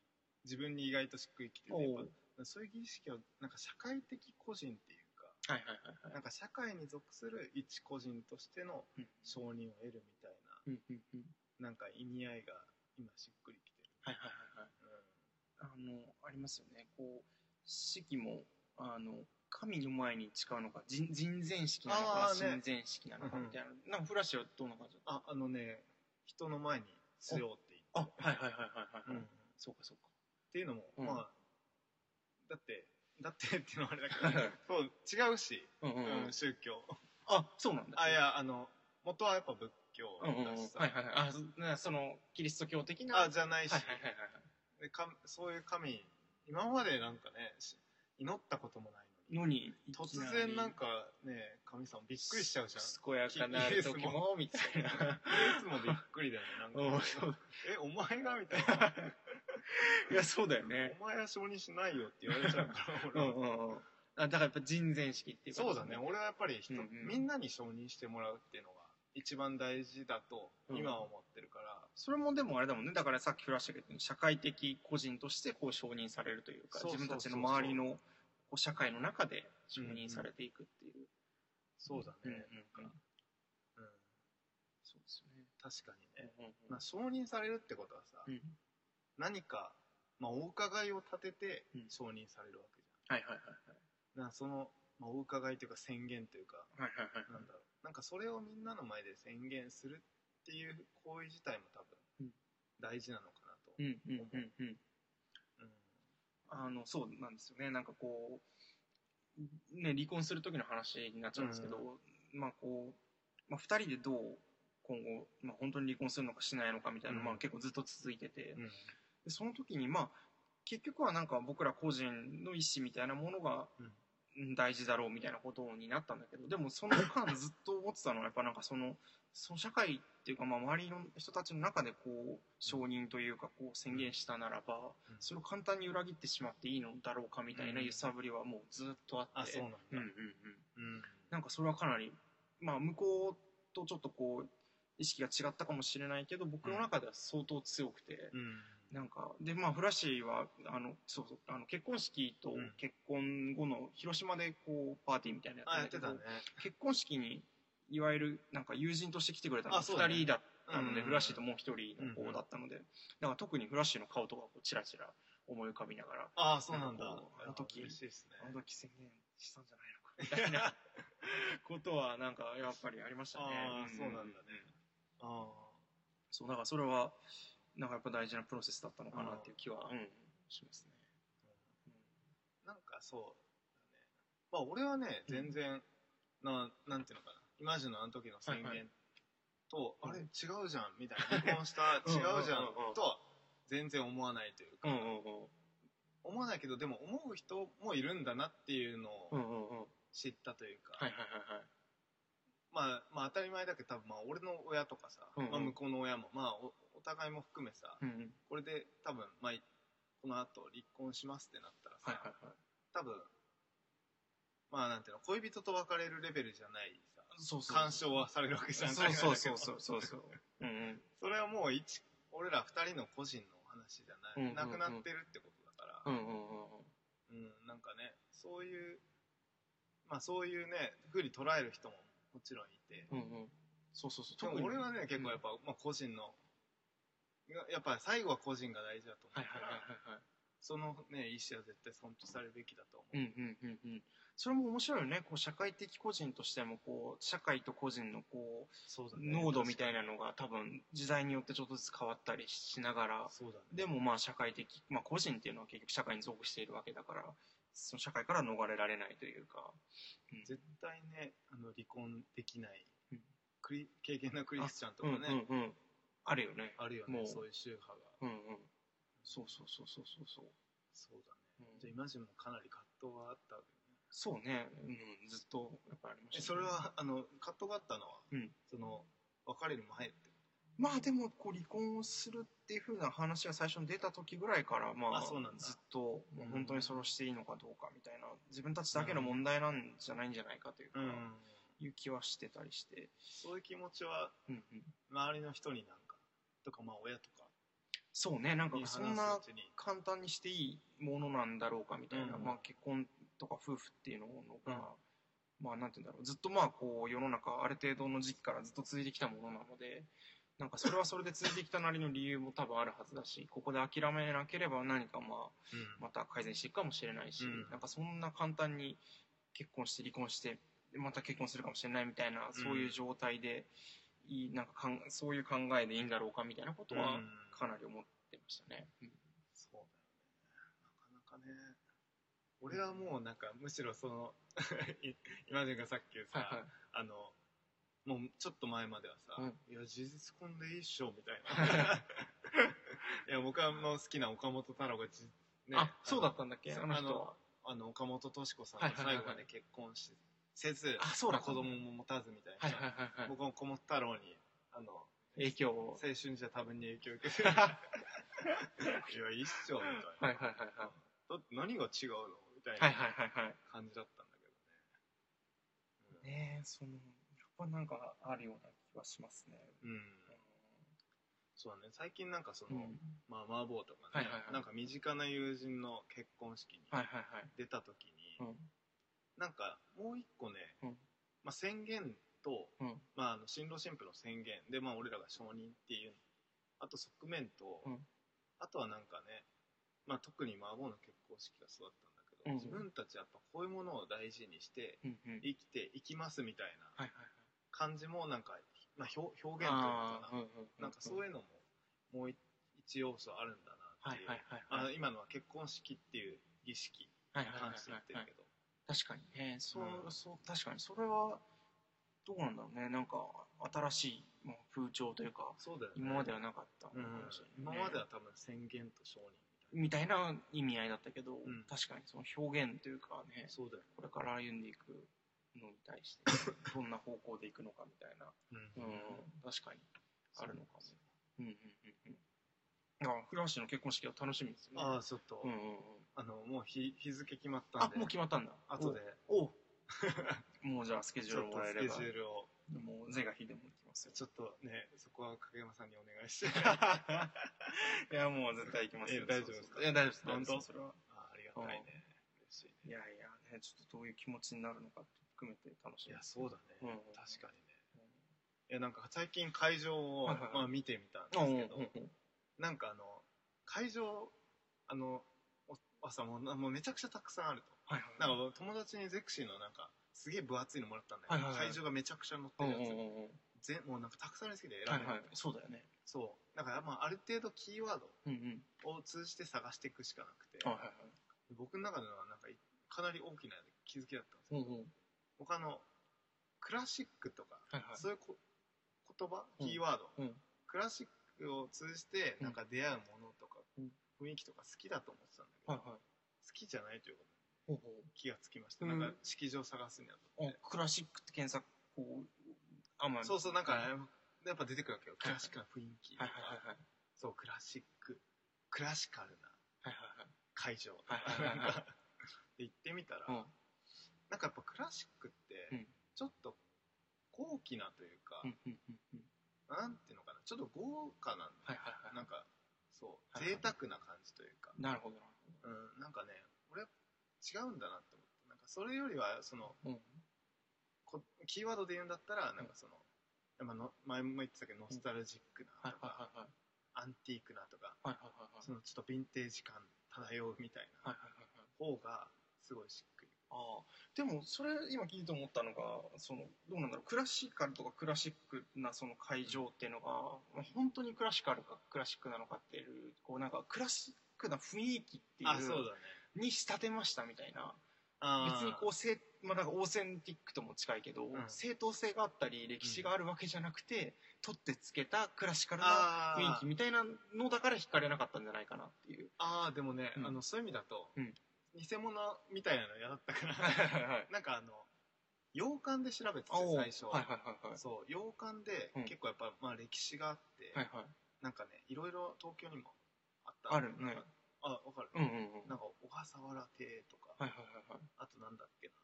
C: 自分に意外としっくりきてて、
B: おう
C: やっぱそういう儀式をなんか社会的個人っていうか、
B: はいはいはいはい
C: なんか社会に属する一個人としての承認を得るみたい
B: うんうんうん
C: な、なんか意味合いが今しっくりきてる。
B: はいはいはいはいあのありますよねこう式もあの神の前に誓うのか人人前式なのか
C: あー
B: 神
C: ね
B: 前式なのか
C: うんうん
B: みたいな,、なんかフラッシュはどんな感じだった
C: あ、あのね、人の前にしようって
B: あはいはいはいはい
C: 言って、う
B: はい、
C: んっ
B: そうかそうか
C: ていうのも、
B: うん
C: まあ、だって、だってっていうのはあれだけど、そう、違うし、
B: うんうんうん
C: うん、宗教。
B: あそうなんだ
C: あ、いや、あの、元はやっぱ仏教
B: うんうんうんは
C: だ
B: い
C: しさ、
B: はいはいあそなそのキリスト教的な
C: あ、じゃないし、
B: はいはいはいはい
C: でかそういう神、今までなんかね、し祈ったこともないのに、
B: のに
C: 突然なんかね、神様びっくりしちゃうじゃん。
B: 健やかなる時もみたい な
C: いつもびっくりだよね、なんか。え、お前がみたいな。
B: いやそうだよね
C: お前は承認しないよって言われちゃうから、俺
B: う
C: は
B: んうんうんあだからやっぱ人前式っていうか
C: そうだね、俺はやっぱり人、
B: うんうん
C: みんなに承認してもらうっていうのが一番大事だと、今は思ってるから、
B: それもでもあれだもんねだからさっきフラッシュが言ったように社会的個人としてこう承認されるというか
C: そうそうそう
B: 自分たちの周りのこう社会の中で承認されていくっていう、
C: そうだね、
B: うんうん
C: なんか、うん、
B: そうです
C: 確かに
B: よ
C: ね
B: ね、、うん
C: まあ、承認されるってことはさ、
B: うん
C: 何か、まあ、お伺いを立てて
B: うん
C: 承認されるわけじ
B: はいはいはい
C: ゃん。なその、まあ、お伺いというか宣言というか、
B: はいはいはい
C: なんだろう。なんかそれをみんなの前で宣言するっていう行為自体も多
B: う
C: 分
B: ん、
C: 大事なのかなと。
B: うんうんうんうん
C: うん
B: あのそうなんですよねなんかこう、ね、離婚する時の話になっちゃうんですけど、まあこう、まあ、2人でどう今後、まあ、本当に離婚するのかしないのかみたいなのが、
C: うん
B: 結構ずっと続いてて、
C: うん
B: でその時にまあ結局はなんか僕ら個人の意思みたいなものが
C: うん
B: うん大事だろうみたいなことになったんだけどでもその間ずっと思ってたのはやっぱなんかそのその社会っていうかまあ周りの人たちの中でこう承認というかこう宣言したならば
C: うん
B: それを簡単に裏切ってしまっていいのだろうかみたいな揺さぶりはもうずっとあ
C: あ、
B: っ
C: そう
B: て
C: なんだ。
B: うんうんう
C: う
B: ん
C: ん
B: なんかそれはかなりまあ向こうとちょっとこう意識が違ったかもしれないけど僕の中では相当強くて。
C: うん
B: なんかでまあフラッシーはあのそうそうあの結婚式と
C: うん
B: 結婚後の広島でこうパーティーみたいなの
C: あ、や
B: ん
C: っ
B: だけ
C: て
B: ど
C: たね。
B: 結婚式にいわゆるなんか友人として来てくれたのが
C: あそうだね
B: 2人だった
C: うん
B: の
C: うん
B: で
C: うん
B: フラッシーともう1人の子だったのでだから特にフラッシーの顔とかこうチラチラ思い浮かびながら
C: ああ、そうなんだ。
B: あの時
C: 嬉しいですね。
B: あの時宣言したんじゃ ないのかみたいなことはなんかやっぱりありましたね
C: ああ、そうなんだね。あ
B: そうだからそれはなんかやっぱ大事なプロセスだったのかなっていう気はうんしますね
C: あ、なんかそうだね。まあ俺はね、全然、な、なんていうのかな。今までのあの時の宣
B: はいは
C: 言と、
B: うん
C: あれ違うじゃん、みたいな。離婚した、
B: うんうんうんうん
C: 違うじゃん、とは全然思わないというか、
B: うんうんうん
C: 思わないけど、でも思う人もいるんだなっていうの
B: う
C: を
B: んうんうん
C: 知ったというか、
B: はいはいはいはい
C: まあ、まあ当たり前だけど、多分まあ俺の親とかさ、
B: うんうん
C: まあ向こうの親も、まあおお互いも含めさ、
B: うんうん
C: これで多分、まあ、この後離婚しますってなったらさ、
B: はいはいはい
C: 多分、まあなんていうの、恋人と別れるレベルじゃないさ、
B: そうそう
C: 干渉はされるわけじゃん。
B: そうそうそう
C: そ
B: そうそうそううんうん
C: れはもう一、俺ら二人の個人の話じゃない、
B: うんうんうん
C: なくなってるってことだから、
B: うんうんうんうん
C: うん、なんかね、そういう、まあそういうね、ふうに捉える人ももちろんいて、
B: うんうんそうそうそう
C: でも
B: 特に
C: 俺はね、結構やっぱ、まあ個人の、やっぱ最後は個人が大事だと思う
B: はい
C: か
B: はい
C: ら、
B: はいはいはい
C: そのね、意思は絶対尊重されるべきだと思う。
B: うんうんうんうんそれも面白いよねこう社会的個人としてもこう社会と個人のこ
C: そうだ
B: う
C: ね。
B: 濃度みたいなのが多分時代によってちょっとずつ変わったりしながら
C: そうだね。
B: でもまあ社会的、まあ、個人っていうのは結局社会に属しているわけだからその社会から逃れられないというか、うん
C: 絶対ねあの離婚できない、
B: うん
C: クリ経験なクリスチャンとかね、
B: うんうんうん、あるよね
C: あるよ
B: も
C: ね
B: う
C: そういう宗派が
B: うんうんそうそうそうそうそう
C: そ
B: そう
C: うだね、
B: うん
C: じゃあ今時もかなり葛藤はあったわけね
B: そうね、うん、ずっとやっぱありまし
C: え
B: た、
C: それはあの葛藤があったのは、
B: うん
C: その別れる前って
B: まあでもこう離婚をするっていうふうな話が最初に出た時ぐらいからまあ
C: あそうなんだ
B: ずっともう本当にそれをしていいのかどうかみたいな自分たちだけの問題なんじゃないんじゃないかというか、いう気はしてたりして、
C: そういう気持ちは
B: うんうん、
C: 周りの人になんかとかまあ親とか
B: そうねなんか
C: に
B: そん
C: 話
B: な
C: すうちに
B: 簡単にしていいものなんだろうかみたいな、
C: うん
B: まあ、結婚とか夫婦っていうのが、まあなんて言うんだろうずっとまあこう世の中ある程度の時期からずっと続いてきたものなのでなんかそれはそれで続いてきたなりの理由も多分あるはずだしここで諦めなければ何かまあ
C: うん
B: また改善していくかもしれないし、
C: うん
B: なんかそんな簡単に結婚して離婚してでまた結婚するかもしれないみたいなそういう状態で、いいなんかかんそういう考えでいいんだろうかみたいなことは
C: うん
B: かなり思ってましたね。うん
C: そうだよねなかなかね俺はもうなんかむしろその い今ジがさっきさ、
B: はいはい
C: あのもうちょっと前まではさ「
B: うん
C: いや事実婚でいいっしょ」みたい ないや僕はもう好きな岡本太郎がじ、ね
B: あそうだったんだっけ
C: そう
B: あの人は
C: あの岡本敏子さん
B: はい
C: が
B: はい
C: 最
B: はいはい
C: 後まで結婚し、せず
B: あそうだ
C: ま子供も持たずみたいな、
B: はいはいはいはい
C: 僕も岡本太郎にあの
B: 影響を
C: 青春じゃ多分に影響を受けてい や一緒みたいな、
B: はいはいはいは
C: だって何が違うのみたい
B: いはい
C: な
B: はいはいはい
C: 感じだったんだけどね
B: ねえそのやっぱなんかあるような気はしますね。
C: うん、うんそうだね最近なんかその、
B: うん
C: まあ麻婆とか
B: はい
C: ね、
B: はいはい
C: なんか身近な友人の結婚式に
B: はいはいはい
C: 出た時に、
B: うん
C: なんかもう一個ね、
B: うん
C: まあ、宣言と、
B: うん
C: まあ、あの新郎新婦の宣言で、まあ、俺らが承認っていうあと側面と、
B: うん
C: あとはなんかね、まあ、特に孫の結婚式がそうだったんだけど、
B: うん
C: 自分たちやっぱこういうものを大事にして
B: うんうんはい
C: 生きていきますみたいな
B: はいはい
C: 感じもなんか、まあ、表表現というのか
B: あー
C: な
B: うんうんうん
C: なんかそういうのももう一要素あるんだな
B: は
C: っ
B: い
C: ていう、
B: はいはい
C: あ
B: はい
C: の今のは結婚式っていう儀式に
B: はいはいはい
C: 関して言ってる
B: はい
C: けど、
B: 確かにねそう、
C: うん
B: そう確かにそれはどうなんだろうねなんか新しいまあ風潮というか
C: そうだよね
B: 今まではなかったのかもしれ
C: 今
B: ない、
C: までは多分宣言と承認みたい
B: みたいな意味合いだったけど、
C: ん
B: 確かにその表現というかね
C: なそうだよ、
B: これから歩んでいくのに対して どんな方向でいくのかみたいな、
C: うん
B: うん、確かにあるのかもうんうんうんうんあ古橋の結婚式は楽しみですね
C: ああちょっと、
B: うんうんうん
C: あのもう日日付決まったん
B: あ
C: で
B: もう決まったんだ
C: 後で
B: おおもうじゃあスケジ
C: ち
B: ュ
C: ょ
B: ール
C: っ
B: も
C: と
B: らえ
C: ス
B: れ
C: ケ
B: ば
C: ジュールを
B: もう是が非でも行きます よ
C: ちょっとねそこは影山さんにお願いして あ
B: いやもう絶対行きますよ
C: え大丈夫ですか
B: いや大丈夫です
C: 本当
B: 大丈夫ですそれは
C: りがたいね嬉しいね
B: いやいやねちょっとどういう気持ちになるのかって含めて楽し
C: い
B: み
C: や
B: です
C: そうだね、
B: うん
C: 確かにねいやなんか最近会場を、
B: はいはいはい
C: まあ、見てみたん
B: うんうん
C: ですけど、
B: うんうん
C: なんかあの会場あのお朝もうなもうめちゃくちゃたくさんあると
B: はい
C: な
B: はい
C: んか友達にゼクシーのなんかすげえ分厚いのもらったんだけど、
B: はいはいはい
C: 会場がめちゃくちゃ乗って
B: うん
C: る
B: う
C: や
B: ん
C: つ、全
B: うんうん
C: もうなんかたくさんありすぎて
B: は
C: 選
B: い
C: べ
B: は
C: ない
B: いそうだよね
C: そうだからまあある程度キーワード
B: うんうん
C: を通じて探していくしかなくて
B: はいはいはい
C: 僕の中ではなんかいかなり大きな気づきだったんです
B: うん
C: よ、
B: うん
C: 他のクラシックとか、
B: はいはい
C: そういうこ言葉
B: うん
C: キーワード、
B: うん
C: クラシックを通じてなんか出会うものとか、
B: うん
C: 雰囲気とか好きだと思ってたんだけど、
B: はいはい
C: 好きじゃないということに
B: ほうほう
C: 気がつきました、
B: うん
C: なんか式場探すにあたって
B: あクラシックって検索こうあんまり
C: そうそう、なんか、やっぱ出てくるわけよ。クラシックな雰囲気と
B: はい
C: か
B: はいはいはい
C: そう、クラシック、クラシカルな
B: はい
C: 会場と
B: はいはいはい
C: か、なんかで行ってみたら、
B: はいはい
C: なんかやっぱクラシックっ
B: う
C: て
B: ん、
C: ちょっと高貴なというか
B: う、んうんうんうん
C: なんていうのかな、ちょっと豪華なんだ
B: はいはい
C: よ。
B: は
C: なんか、そう、
B: はいはい
C: 贅沢な感じというか、
B: いなるほどなる
C: うん、なんかね、俺、違うんだなって思って、なんかそれよりは、その、
B: ほどうん
C: こキーワードで言うんだったら、なんかその、まあの前も言ってたけど、ノスタルジック
B: は
C: ないと
B: はい
C: か、
B: はいはい
C: アンティークなとか、
B: はいはいはいはい
C: そのちょっとヴィンテージ感漂うみたい
B: はいは
C: ない
B: はいは
C: 方
B: い
C: がすごいしっくり。
B: ああでもそれ今聞いて思ったのがそのどうなんだろうクラシカルとかクラシックなその会場っていうのがまあ本当にクラシカルかクラシックなのかっていうこうなんかクラシックな雰囲気っていう
C: あ、そうだね。
B: に仕立てましたみたいな
C: あ
B: 別にこう正、まあ、なんかオーセンティックとも近いけど、
C: ん
B: 正当性があったり歴史があるわけじゃなくて、取ってつけたクラシカルな
C: あー
B: 雰囲気みたいなのだから惹かれなかったんじゃないかなっていう。
C: あーでもね、
B: うん
C: あのそういう意味だと、
B: うん
C: 偽物みたいなの嫌だった から
B: はい
C: なんかあの洋館で調べてて
B: おー
C: 最初
B: はいはいはいはい。
C: そう洋館で
B: うん
C: 結構やっぱ、まあ、歴史があって、
B: はいはい。
C: なんかねいろいろ東京にもあった
B: あるね
C: あわかる、
B: うんうんうん。
C: なんか小笠原邸とか、
B: はいはいはいはい。
C: あとなんだっけな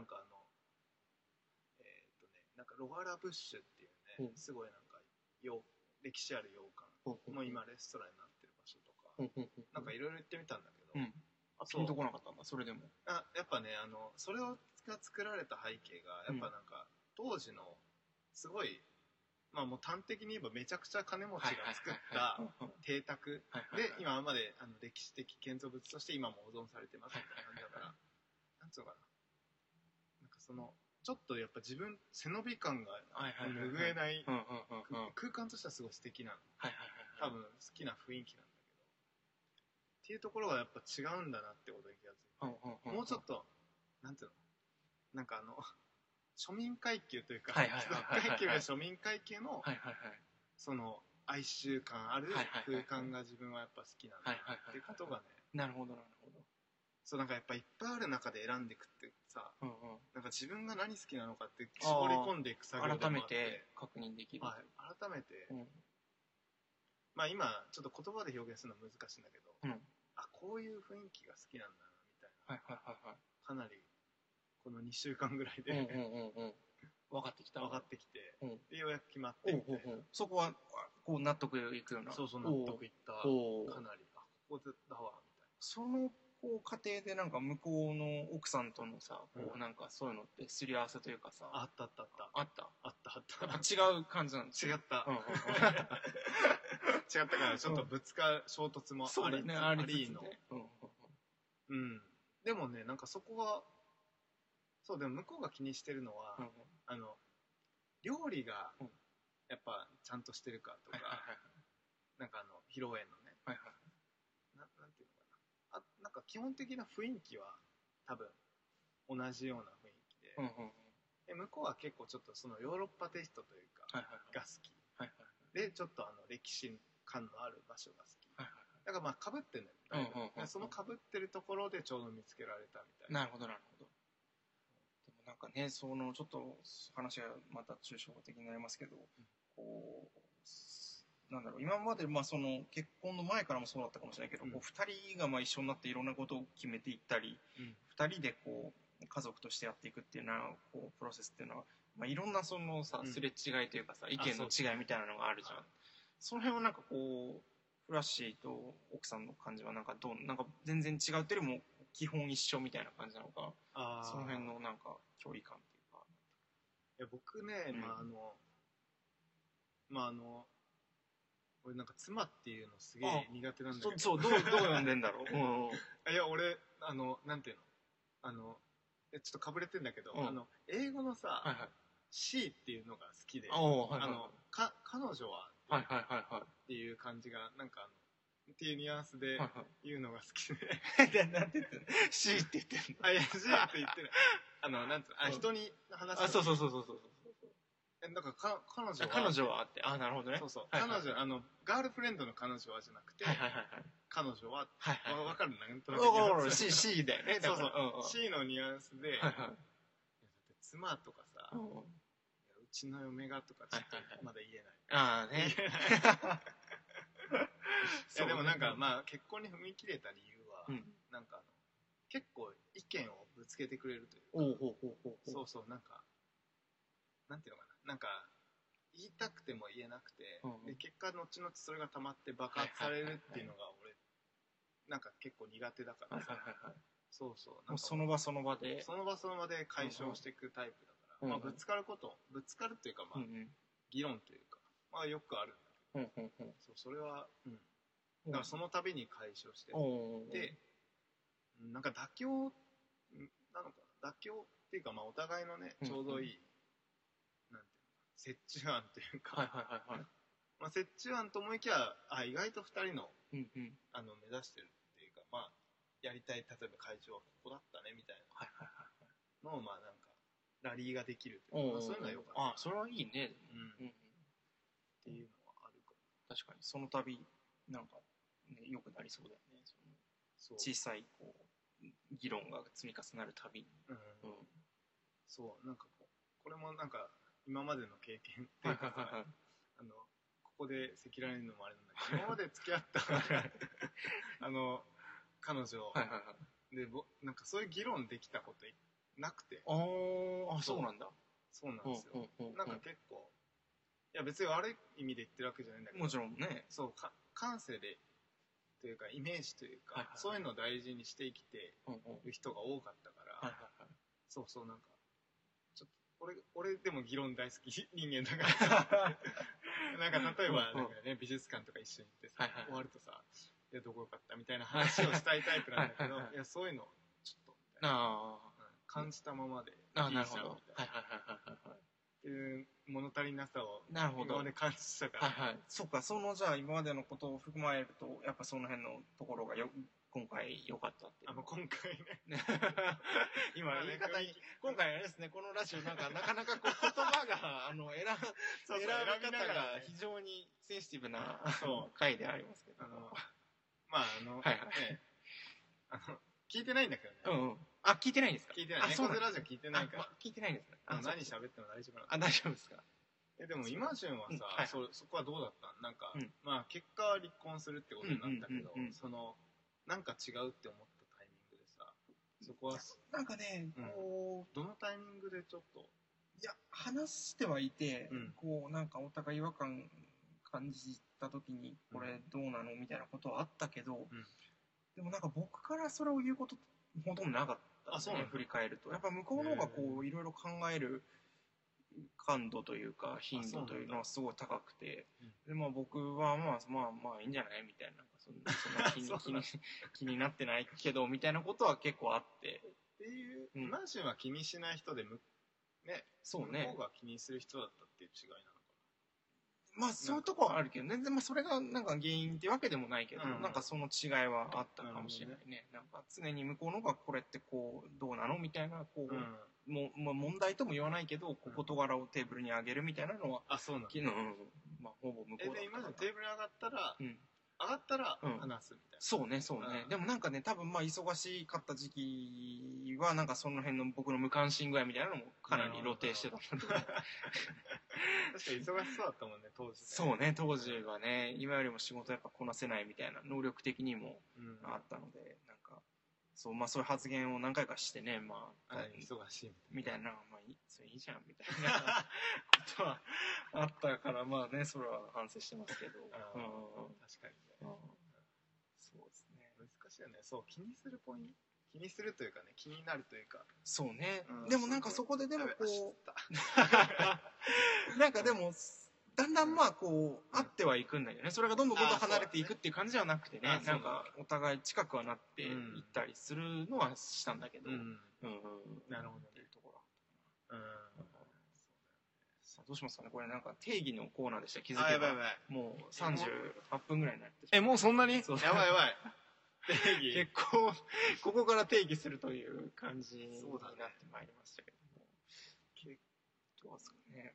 C: なんかあのえーっ、とねなんかロガラブッシュっていうね、
B: うん
C: すごいなんか洋歴史ある洋
B: ほうほう
C: 館の今レストランになってる場所とか、
B: ほうほうほう
C: なんかいろいろ行ってみたんだけど、
B: うん。あ、
C: そ
B: ピ
C: う
B: ンとこなかったんだ、それでも。
C: あやっぱねあのそれが作られた背景がやっぱなんか、当時のすごいまあもう端的に言えばめちゃくちゃ金持ちが作った邸宅で
B: 今、
C: 今まであの歴史的建造物として今も保存されてますみたいな感じだからなんつうのかななんかそのちょっとやっぱ自分背伸び感が
B: はいはいはいはい
C: 拭えない
B: うんうんうんうん。はい
C: 空間としてはすごい素敵なの
B: はい
C: 多
B: はい
C: 分好きな雰囲気なんだけどっていうところがやっぱ違うんだなってことに気がついて。
B: はい。うんうんん
C: もうちょっと、なんていうのなんかあの、庶民階級というか、
B: はいはいはいはい
C: 貴族階級や庶民階級の、
B: はいはい
C: その、哀愁感ある
B: はいはいは
C: 空
B: い
C: 間が自分はやっぱ好きなんだ
B: はいはい
C: なって
B: はい
C: いうことがね、
B: なるほどなるほど。
C: そうなんかやっぱいっぱいある中で選んでいくってさ、
B: うんうん。
C: なんか自分が何好きなのかって絞り込んでいく作業で
B: 改
C: も
B: め
C: あって
B: て、確認できる。
C: はい、改めて、
B: うん
C: まあ今、ちょっと言葉で表現するのは難しいんだけど、
B: うん
C: あ、こういう雰囲気が好きなんだな、みたい
B: はいはいはいはい。
C: な、かなり、この2週間ぐらいで、
B: うんうんうんうん。分かってきた。
C: 分かってきて、
B: うん
C: でようやく決まって
B: お
C: み
B: う
C: た
B: お
C: いう
B: おうそこは、こう納得いくよう
C: な
B: な。
C: そうそう納得いった
B: お
C: か
B: うおう
C: なりあここだわみたい
B: その、こう、過程でなんか向こうの奥さんとのさ、こ
C: う
B: う、
C: ん
B: なんかそういうのってすり合わせというかさ、
C: なあったあったあった
B: あった
C: あったあ
B: やっぱ
C: っ
B: 違う感じなんです
C: た
B: よ。
C: 違った、
B: うんうん
C: 違ったからちょっとぶつか衝突
B: う
C: も
B: ん。そ
C: あ
B: うだ
C: り
B: ね、あり
C: あり
B: つつ
C: の
B: ね。うんうんうん
C: うんでもねなんかそこはそうでも向こうが気にしてるのは、
B: うんうん
C: あの料理が
B: うん
C: やっぱちゃんとしてるかと
B: はい
C: か、
B: はい
C: なんかあの披露宴のね
B: はいはい
C: ななんていうのかなあなんか基本的な雰囲気は多分同じような雰囲気で、
B: うんうんうん
C: で向こうは結構ちょっとそのヨーロッパテイストというか、
B: はいはい
C: が好き
B: はい
C: でちょっとあの歴史感のある場所が好き
B: はいはい
C: だからまあかぶってんだよ、
B: うんうんうんうん
C: でそのかぶってるところでちょうど見つけられたみたいな
B: なるほどなるほど。でもなんかね、そのちょっと話がまた抽象的になりますけど、こう、なんだろう、今までまあその結婚の前からもそうだったかもしれないけど、
C: うん
B: こう2人がまあ一緒になっていろんなことを決めていったり、
C: うん
B: 2人でこう家族としてやっていくっていうのはこうプロセスっていうのは、まあ、いろんなそのさ、
C: うん
B: すれ違いというかさ意見
C: そ
B: の
C: うです
B: 違いみたいなのがあるじゃん
C: はい
B: その辺はなんかこうフラッシーと奥さんの感じはなんかどうなんか全然違うっていうよりも基本一緒みたいな感じなのか
C: あー
B: その辺のなんか距離感っていうか
C: いや僕ね、
B: うん
C: まああのまああの俺なんか妻っていうのすげえ
B: あ
C: 苦手なんだけ
B: そ
C: ど
B: そうどうどう読んでんだろううんうん
C: いや俺あのなんていうのあのえちょっとかぶれてんだけど、
B: うん
C: あの英語のさ、
B: はいはい
C: C っていうのが好きで、
B: あおうはい
C: あ
B: はい
C: のか彼女は
B: はいはいはいは
C: っていう感じがなんかあのっていうニュアンスで
B: いは
C: 言うのが好きで、
B: いはいなんて言ってんの C って言ってんの
C: あいや C って言ってるあのなんつうのあ
B: うん
C: 人に話す
B: あそうそうそうそうそう
C: えなんかか彼女
B: あ
C: は
B: 彼女はあってあなるほどね
C: そうそう、
B: はいはい
C: 彼女あのガールフレンドの彼女はじゃなくて、
B: はいはいはいはい
C: 彼女は
B: はいはい
C: わわかるなんとなくニュ
B: お
C: ア
B: お
C: ンス
B: C C だよねだから
C: そうそ
B: んん
C: C のニュアンスで、
B: はいはい
C: 妻とかさ、
B: う
C: い
B: んうん
C: やうちの嫁がとかちょっ
B: はいはいは
C: とまだ言えない、
B: ああね
C: いやでもなんか
B: あ
C: まあ結婚に踏み切れた理由は、
B: うん
C: なんかあの結構意見をぶつけてくれるというか
B: おうほうほうほう
C: そうそうなんかなんていうのかななんか言いたくても言えなくて、
B: うんうん
C: で結果後々それが溜まって爆発されるっていうのが俺なんか結構苦手だか
B: は
C: ら
B: いはい
C: さ
B: はいはい
C: そうそうなんか
B: もうその場その場で
C: その場その場で解消していくタイプだから、
B: うん
C: ま
B: うん
C: あ、ぶつかることぶつかるっていうか
B: う
C: ま
B: ん
C: あ議論というかまあよくあるんだ
B: うんうんうんうん
C: けどそうそれは、うん、だからその度に解消して
B: おうおうおう
C: で、うんなんか妥協んなのかな妥協っていうか、まあ、お互いのね、
B: うん
C: ちょうどいい、なんていうのかな折衷案というか、
B: はいはいはいはい
C: まあ、折衷案と思いきや、あ、意外と二人の、
B: うんうん
C: あの、目指してるっていうか、まあ、やりたい例えば会場はここだったねみたい
B: はいはいはい
C: なのをまあなんかラリーができるって
B: お
C: いう
B: う
C: かまあ
B: おう
C: そういうのはよかった
B: あそれはいいね、
C: うん
B: うん、
C: っていうのはあるかも
B: 確かにその度なんか、ね、良くなりそうだよねその
C: そう
B: 小さいこう議論が積み重なるたびに、
C: う
B: うん
C: ん、そうなんかこうこれもなんか今までの経験って
B: はいいうは
C: か
B: いはいは
C: さ
B: い
C: あのここで赤裸々に言うのもあれなんだけど今まで付き合った あの彼女、
B: はいはいはい
C: でぼなんかそういう議論できたことなくて
B: あーあそうなんだ
C: そうなんですよ、
B: うんうんうんうん
C: なんか結構いや別に悪い意味で言ってるわけじゃないんだけど
B: もちろんね
C: そうか感性でというかイメージというか、
B: はいはい
C: そういうのを大事にして生きて
B: うんうんはい
C: る人が多かったから、
B: はいは
C: そうそうなんかちょっと俺俺でも議論大好き 人間だ からなんか例えば
B: うんう
C: なんんか、ね、美術館とか一緒に行ってさ、
B: はいはいはい
C: 終わるとさ「いやどこよかった」みたいな話をしたいタイプなんだけど
B: はいはいはい
C: やそういうのちょっとみた
B: い
C: いな
B: なあ
C: うん感じたままで
B: ああ
C: 聞い
B: なる
C: ち
B: ほ
C: ゃ
B: ど
C: う
B: は
C: みたい
B: いは
C: ない
B: はいはいは
C: っていう物足りなさを
B: いなるほ
C: 今
B: ど
C: まで感じてたから、
B: はいはい、そうかそのじゃあ今までのことを含まれるとやっぱその辺のところがよ今回良かったっていう
C: あの今回ね
B: ね今言い方に今回あれですねこのラジオなんかなかなかこう 言葉があの選
C: そうそう
B: 選び
C: 選び
B: 方
C: ながら
B: が
C: ね
B: 非常にセンシティブな
C: そ
B: 回でありますけど
C: あのまああの、
B: はいはい
C: ねあの聞いてないんだけどね、
B: うんうんあ聞いてないんですか
C: 聞いてない
B: あそう
C: 猫
B: なん
C: 背
B: だ
C: ラジオ聞いてないから
B: あま聞いてないんですね
C: あの何
B: そう
C: 喋っても大丈夫なの
B: あ大丈夫ですか
C: えでも今旬はさ、
B: うんはい
C: そそこはどうだったんなんか、
B: うん
C: まあ結果は離婚するってことになったけど、
B: うんうんうんうん
C: そのなんか違うって思ったタイミングでさそこは
B: なんかね
C: うん
B: こ
C: どのタイミングでちょっと
B: ういや話してはいて、
C: うん
B: こうなんかお互い違和感感じた時にこれどうなのみたいなことはあったけど、
C: ん
B: でもなんか僕からそれを言うことほとんどなかった
C: あそうなんだ
B: 振り返るとやっぱ向こうの方がこういろいろ考える感度というか頻度というのはすごい高くてで、まあ、僕はまあまあまあいいんじゃないみたいなそんなそんな気
C: そう
B: に気
C: なん
B: に気になってないけどみたいなことは結構あって
C: っていう、
B: うん
C: 今旬は気にしない人でむね
B: そうね
C: 向こうが気にする人だったっていう違いなのか
B: まあそういうとこはあるけど全然まあそれがなんか原因ってわけでもないけど、
C: うん
B: なんかその違いはあったかもしれないねなんか常に向こうの方がこれってこうどうなのみたいなこう、
C: な、
B: もうまあ、問題とも言わないけどこう事柄をテーブルに上げるみたいなのは
C: あそうなんだ
B: 昨日、まあ、ほぼ向
C: え
B: こうだ
C: で今
B: っ
C: 旬
B: た
C: テーブル上がったら
B: うん、
C: 上がったら
B: うん
C: 話すみたいな、
B: そうねそうね、
C: うん
B: でもなんかね多分まあ忙しかった時期はなんかその辺の僕の無関心具合みたいなのもかなり露呈してたので
C: 確かに忙しそうだったもんね当時ね
B: そうね当時はね今よりも仕事やっぱこなせないみたいな能力的にも
C: うん、
B: あったのでなんかそうまあそういう発言を何回かしてねまあ、
C: はい忙しい
B: みたいなまあいいそれいいじゃんみたい なことはあったからまあねそれは反省してますけど
C: あ
B: う
C: ー
B: ん
C: 確かにね
B: うんそうですね
C: 難しいよねそう気にするポイント気にするというかね気になるというか、
B: そうね、
C: うん
B: でもなんかそこででも
C: やべ
B: こ
C: あ
B: うなんかでもだんだんまあこうあってはいくんだけどねそれがどんどんどんどん離れていくっていう感じではなくてね
C: あーそうだ
B: な
C: ね
B: んかお互い近くはなっていったりするのはしたんだけど、
C: う
B: うん
C: ん
B: うん
C: なるほどね
B: っていうところ
C: うん
B: さあどうしますかねこれなんか定義のコーナーでした気づ
C: あ
B: け
C: やばいや
B: ば
C: ばい
B: もう38分ぐらいになってしま
C: えもうそんなにや
B: そう
C: ばいやばい定
B: う
C: 義
B: 結構ここから定義するという感じになって
C: そうだね
B: まいりましたけども結構どうですかね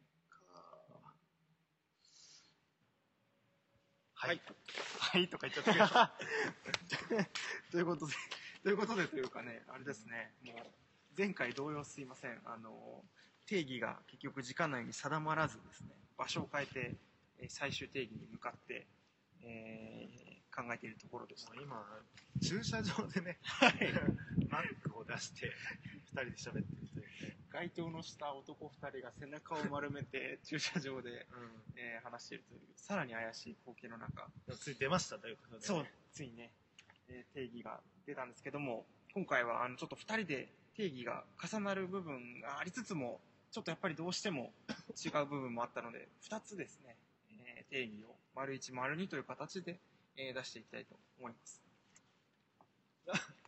C: はいはいとか言っちゃ ったけど
B: ということで、ということでというかね、あれですね、もう、前回同様すいません、あの、定義が結局時間内に定まらずですね、場所を変えて、えー最終定義に向かって、えー考えているところです。
C: 今駐車場でねマックを出して二人で喋ってるというね
B: 街灯の下、男二人が背中を丸め て、駐車場で、えー話しているという、さらに怪しい光景の中、
C: でもつい出ましたということで
B: そう、ついね、えー定義が出たんですけども、今回はあのちょっと2人で定義が重なる部分がありつつも、ちょっとやっぱりどうしても違う部分もあったので、2つですね、えー定義を丸1、丸2という形で、えー出していきたいと思います。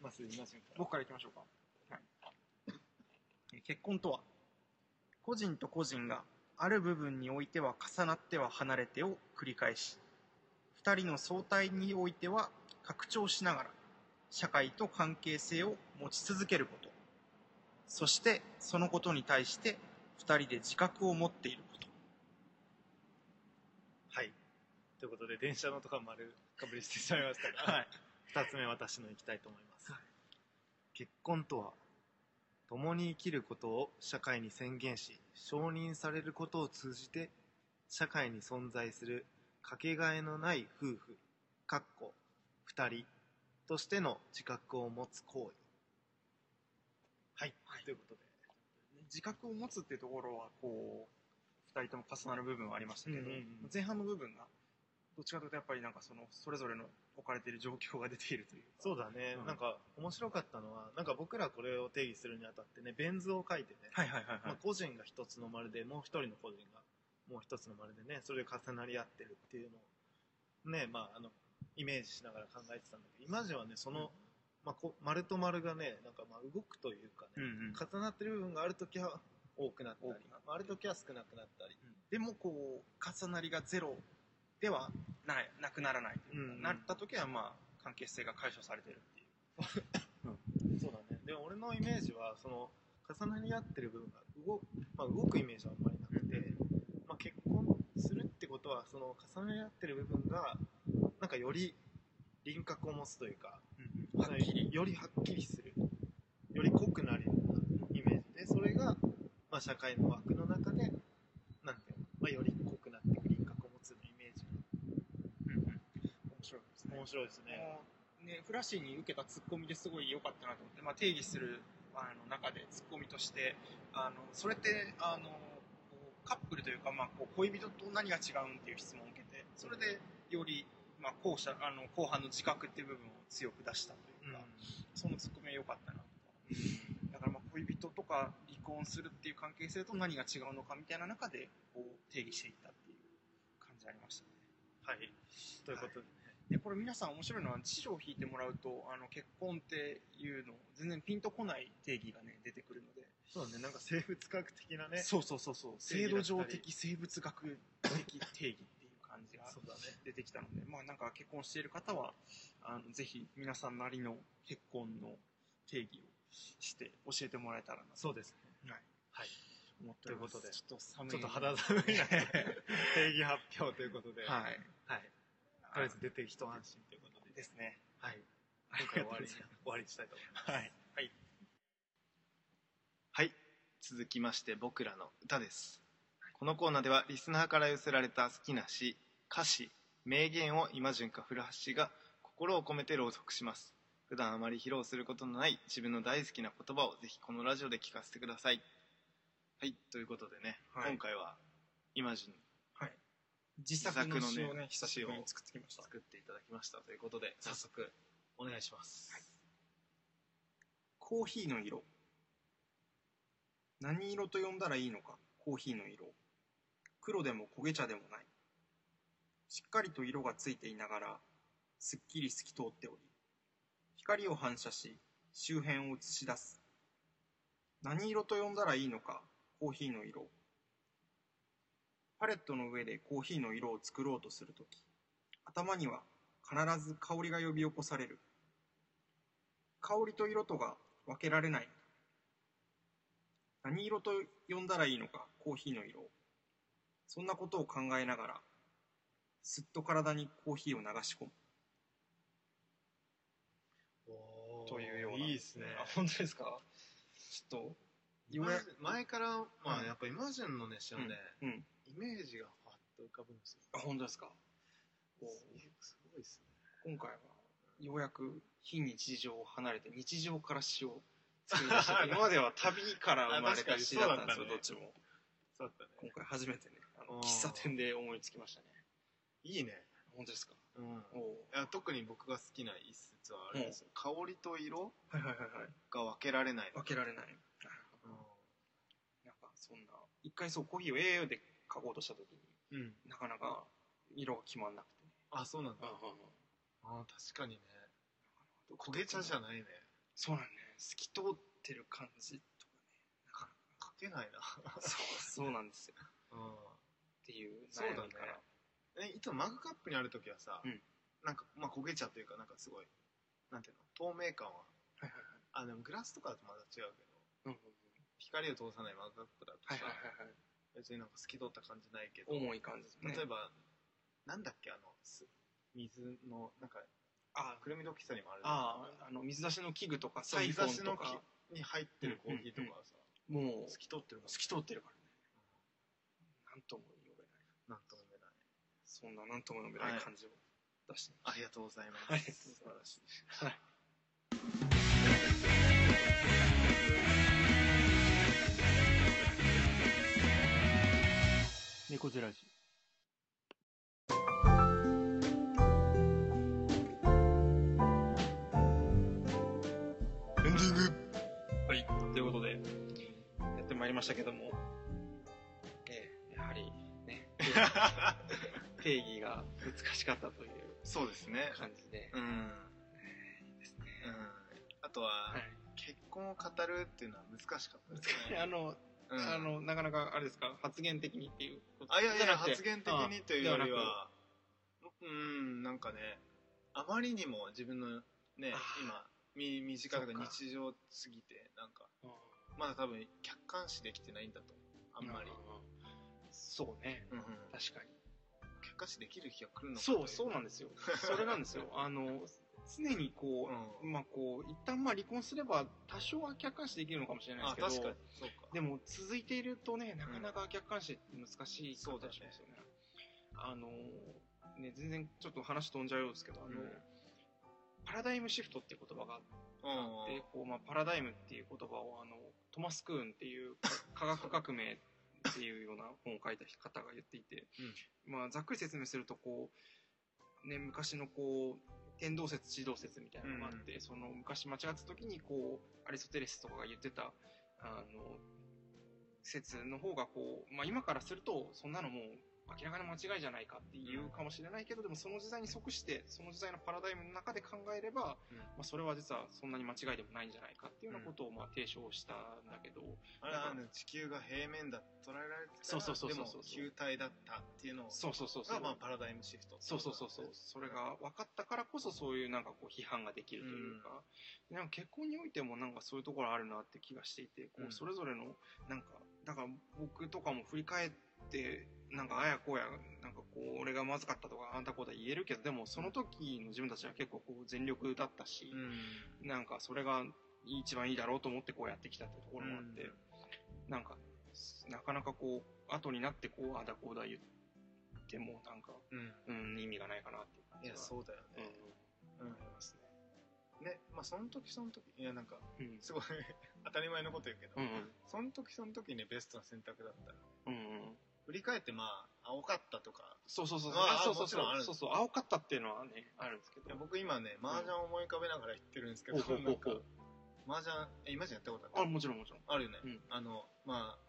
C: まず今順から
B: 僕からいきましょうか、はいえー結婚とは個人と個人がある部分においては重なっては離れてを繰り返し2人の相対においては拡張しながら社会と関係性を持ち続けることそしてそのことに対して2人で自覚を持っていること
C: はいということで電車のとか丸かぶりしてしまいましたが、 はい、2つ目私のいきたいと思います、
B: はい
C: 結婚とは共に生きることを社会に宣言し承認されることを通じて社会に存在するかけがえのない夫婦かっこ2人としての自覚を持つ行為はい、ということで
B: 自覚を持つってところはこう2人とも重なる部分はありましたけど、
C: うんうんうん
B: 前半の部分がどっちかというとやっぱりなんかそのそれぞれの置かれている状況が出ているというか
C: そうだね、
B: うん
C: なんか面白かったのはなんか僕らこれを定義するにあたってねベン図を書いてね、
B: はいはいはい
C: ま
B: は
C: あ、個人が一つの丸でもう一人の個人がもう一つの丸でねそれで重なり合ってるっていうのをねまああのイメージしながら考えてたんだけどイマジンはねその、まあ、こ丸と丸がねなんかまあ動くというか
B: い、う
C: ね、
B: んうん、
C: 重なってる部分がある時は多くなったり
B: 多くなったり
C: ある時は少なくなったり
B: でもこう重なりがゼロではないなくならないというか、
C: うん
B: なった時はまあ関係性が解消されてるっていう
C: そうだねでも俺のイメージはその重なり合ってる部分が動,、まあ、動くイメージはあんまりなくて、まあ、結婚するってことはその重なり合ってる部分がなんかより輪郭を持つというか
B: はっきり
C: よりはっきりするより濃くなるようなイメージでそれが、まあ、社会の枠の中でなんていうの、まあ、より濃くなっていく輪郭を持つようなイメージ
B: 面白いですね
C: 面白いですね、
B: もうねフラッシーに受けたツッコミですごい良かったなと思って、まあ、定義するあの中でツッコミとしてあのそれってあのこうカップルというか、まあ、こう恋人と何が違うんっていう質問を受けてそれでより、まあ、後者あの後半の自覚っていう部分を強く出したというか、そのツッコミは良かったなとだからまあ恋人とか離婚するっていう関係性と何が違うのかみたいな中でこう定義していったっていう感じありましたね。
C: はいということで、
B: でこれ皆さん面白いのは辞書を引いてもらうとあの結婚っていうの全然ピンとこない定義がね出てくるので、
C: そうだねなんか生物学的なね
B: そうそうそうそう制度上的生物学的定義っていう感じが
C: そうだね
B: 出てきたのでまあなんか結婚している方はあのぜひ皆さんなりの結婚の定義をして教えてもらえたらなと
C: そうですね
B: 思っております
C: ということで
B: ちょっと寒い
C: ちょっと肌寒いな 定義発表ということで、はい
B: はい。
C: とりあえず出て一安心ということで、
B: ですね。
C: はい、今回は終わりに終わりにしたいと思います
B: はい、
C: はいはい、続きまして僕らの歌ですこのコーナーではリスナーから寄せられた好きな詩歌詞名言を今順か古橋が心を込めて朗読します普段あまり披露することのない自分の大好きな言葉をぜひこのラジオで聞かせてくださいはいということでね、
B: はい
C: 今回は今順
B: 自作の詩
C: 自作の
B: をね
C: ね、
B: 久しぶりに作ってきました。
C: 作っていただきましたということで早速お願いします、
B: コーヒーの色。何色と呼んだらいいのか、コーヒーの色。黒でも焦げ茶でもない。しっかりと色がついていながら、すっきり透き通っており、光を反射し、周辺を映し出す。何色と呼んだらいいのか、コーヒーの色。パレットの上でコーヒーの色を作ろうとするとき、頭には必ず香りが呼び起こされる。香りと色とが分けられない。何色と呼んだらいいのか、コーヒーの色を。そんなことを考えながら、すっと体にコーヒーを流し込む。
C: おー
B: というような。
C: いいですね
B: あ、本当ですかちょっと、よう
C: 前
B: や
C: 前から、ま
B: は
C: あ、
B: い
C: やっぱイマジンのね詩はね、
B: うん。
C: イメージがパッと浮かぶんですよ
B: あ、本当ですかお
C: すごいですね
B: 今回は、ようやく非日常を離れて、日常から詩を作り出した。今までは旅から生まれた詩だったんですよ、
C: あ確かにそうだったね
B: どっちも。
C: そうだったね
B: 今回初めてね、あの
C: おー
B: 喫茶店で思いつきましたね。
C: いいね
B: 本当ですか
C: うん
B: おお。
C: いや特に僕が好きな一節はあれですよ、香りと色
B: はいはいはいはい。
C: が分けられない、
B: 分けられない。なんかそんな、一回そうコーヒーを AU で書こうとした時に、
C: うん
B: なかなか色が決まんなくてね。
C: あそうなんだ、
B: あ
C: あー確かにね焦げ茶じゃないね
B: そうなんね。透き通ってる感じとかね。
C: かけないな、
B: なかなか。そう、そうなんですよ。
C: うん
B: っていう
C: そうだね
B: 悩みから。
C: えいつもマグカップにある時はさ、
B: うん
C: なんか、まあ、焦げ茶というかなんかすごいなんていうの透明感は。あ、でもグラスとかだとまた違うけど、
B: うんうん
C: 光を通さないマグカップだと
B: はいはい
C: さ、
B: はいはい
C: 別になんか透き通った感じないけど、
B: 重い感じですね
C: 例えば、なんだっけ、あの、す水の、なんか、
B: あ
C: くるみドッキサにもあるじゃん
B: あああの水出しの器具とか
C: そう
B: サイフォン
C: 水出し
B: と
C: の
B: か
C: に入ってるコーヒーとかはさ、
B: もう
C: 透き通ってるもん
B: 透き通ってるからねなんとも言えない
C: なんとも言えない。
B: そんななんとも言えな
C: はいい
B: 感じを出して
C: ありがとうございます。
B: ありがとう
C: 素晴 らしい。
B: はい
A: 猫じらじ。
C: エンディング
B: はい、ということで、やってまいりましたけども、えーやはりね、 定義が難しかったという
C: そうですね。
B: 感じで、
C: うん。うん。
B: えーいいですね。
C: あとは、
B: はい
C: 結婚を語るっていうのは難しかったですね。
B: あの、
C: うん
B: あの、なかなかあれですか、発言的にっていうこと
C: あ、いやい
B: じゃ
C: や、
B: なくて
C: 発言的にというより
B: あ
C: は、うん、なんかね、あまりにも自分のね
B: あ、
C: 今、み身近とか
B: そっか
C: 日常すぎて、なんか、
B: では
C: まだ多分客観視できてないんだと思う。あん
B: なく
C: まり。。
B: そうね、
C: うんうん
B: 確かに。
C: 客観視できる日が来るのかとい
B: そう、そうなんですよ。それなん ですよ。あの、常にこう、
C: うん
B: まあこう、一旦まあ離婚すれば多少は客観視できるのかもしれないです
C: あ、
B: け
C: 確
B: ど、
C: かに。そうか。
B: でも続いているとね、なかなか客観視って難しい
C: そうだ
B: 感
C: ね
B: じがしますよね。あのー、ね、全然ちょっと話飛んじゃうようですけど、あの、
C: うん
B: パラダイムシフトっていう言葉があって、
C: うんうん。
B: こう、まあ、パラダイムっていう言葉を、あの、トマス・クーンっていうか科学革命っていうような本を書いた方が言っていて、まあ、ざっくり説明すると、こう、ね、昔のこう、天動説、地動説みたいなのがあって、その昔間違った時に、こう、アリストテレスとかが言ってた、あの、説の方がこう、まあ、今からするとそんなのもう明らかな間違いじゃないかって言うかもしれないけど、でもその時代に即してその時代のパラダイムの中で考えれば、
C: うん
B: まあ、それは実はそんなに間違いでもないんじゃないかっていうようなことをまあ提唱したんだけど、
C: あれはね、地球が平面だと捉えられてたら
B: そうそうそう
C: で
B: そう
C: も球体だったっていうの
B: そうそうそうそ
C: がまあ
B: う、
C: パラダイムシフトってこ
B: そう
C: と
B: そう
C: だ
B: そ
C: よ
B: う
C: ね
B: そうそれが分かったからこそそういうなんかこう批判ができるというか,、なんか結婚においてもなんかそういうところあるなって気がしていてこ
C: う
B: うんそれぞれのなんかだから僕とかも振り返ってなんかあやこうやなんかこう俺がまずかったとかあんたこうだ言えるけどでもその時の自分たちは結構こう全力だったし、
C: うん
B: なんかそれが一番いいだろうと思ってこうやってきたってところもあって、
C: うん
B: なんかなかなかこう後になってこうあだこうだ言ってもなんか
C: うん
B: うん、意味がないかなっていう感
C: い
B: じ
C: や
B: は
C: そうだよ
B: うん
C: ね、うん
B: 思います
C: ねまあその時その時いやなんか
B: ね。
C: すごい 当たり前のこと言うけど、
B: うん。
C: その時その時ねベストな選択だったら
B: うん。うん。
C: 振り返ってまあ青かったとか
B: そうそうそう。
C: ああ
B: あ、そうそうそ
C: もちろんあ
B: う。
C: る
B: そうそう。青かったっていうのはね、あるんですけ
C: いや
B: ど。
C: 僕今ね麻雀思い浮かべながら言ってるんですけど、
B: ほうほう
C: な
B: ほ
C: ん
B: うほ
C: か
B: う。
C: 麻雀え今じゃやったことあ
B: あ、
C: る
B: もちろんもちろん。
C: あるよね、
B: うん
C: あのまあ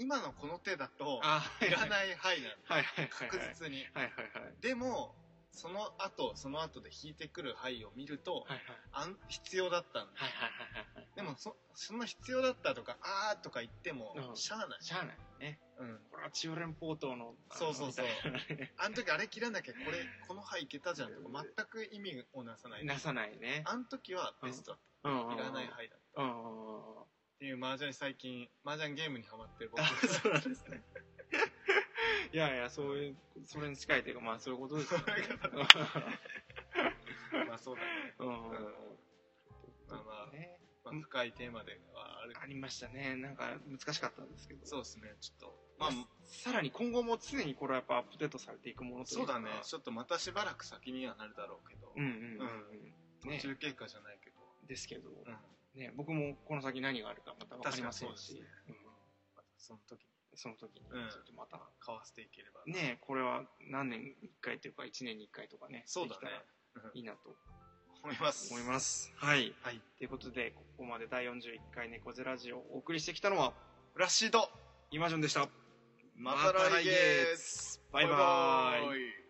C: 今のこの手だと
B: あ、
C: いら
B: い。
C: ない範囲なの
B: はいはいはい。
C: 確実に
B: はいはいはい。
C: でもその後その後で引いてくる牌を見ると、
B: はいはい。
C: あん必要だったんだ
B: はいはいはいはい。
C: でもそそんな必要だったとかあーとか言っても、
B: うん
C: しゃあない
B: しゃあないね。
C: うん
B: これはチオレンポートの。あの
C: そうそうそう
B: みたいなね
C: あの時あれ切らなきゃこれこの牌いけたじゃんとか全く意味をなさない
B: なさ ないね。
C: あの時はベストだっ
B: うん
C: た、
B: うん。
C: いらない牌だっ
B: うんうんうんうん。
C: たっていう麻雀に最近麻雀ゲームにハマってる僕
B: あそうなんですね。いやいや、そういう、それに近いというか、まあそういうことですよね。
C: まあそうだね、
B: うん
C: うんまあまあ、
B: ね、
C: まあ、深いテーマではある
B: ありましたねなんか難しかったんですけど
C: そうですねちょっと
B: ま
C: ま
B: あ
C: あ
B: さらに今後も常にこれはやっぱアップデートされていくものとい
C: そうう
B: か
C: だねちょっとまたしばらく先にはなるだろうけど、
B: うんうんうん、うんね
C: 途中経過じゃないけど、
B: ですけど、
C: うん
B: ね、僕もこの先何があるかまた分かりません
C: 確
B: し、
C: かに
B: うん、
C: またその時に
B: その時にち
C: うん
B: ょっとまた、
C: 交わしていければ
B: ねこれは何年に1回というか1年に1回とかね
C: そうだ
B: できたら
C: ね
B: いいなと
C: 思います
B: 思いますはい
C: はい
B: ということでここまで第41回猫背ラジオをお送りしてきたのは
C: フラッシード
B: イマジョンでした
C: また来月
B: バイバイ
C: イ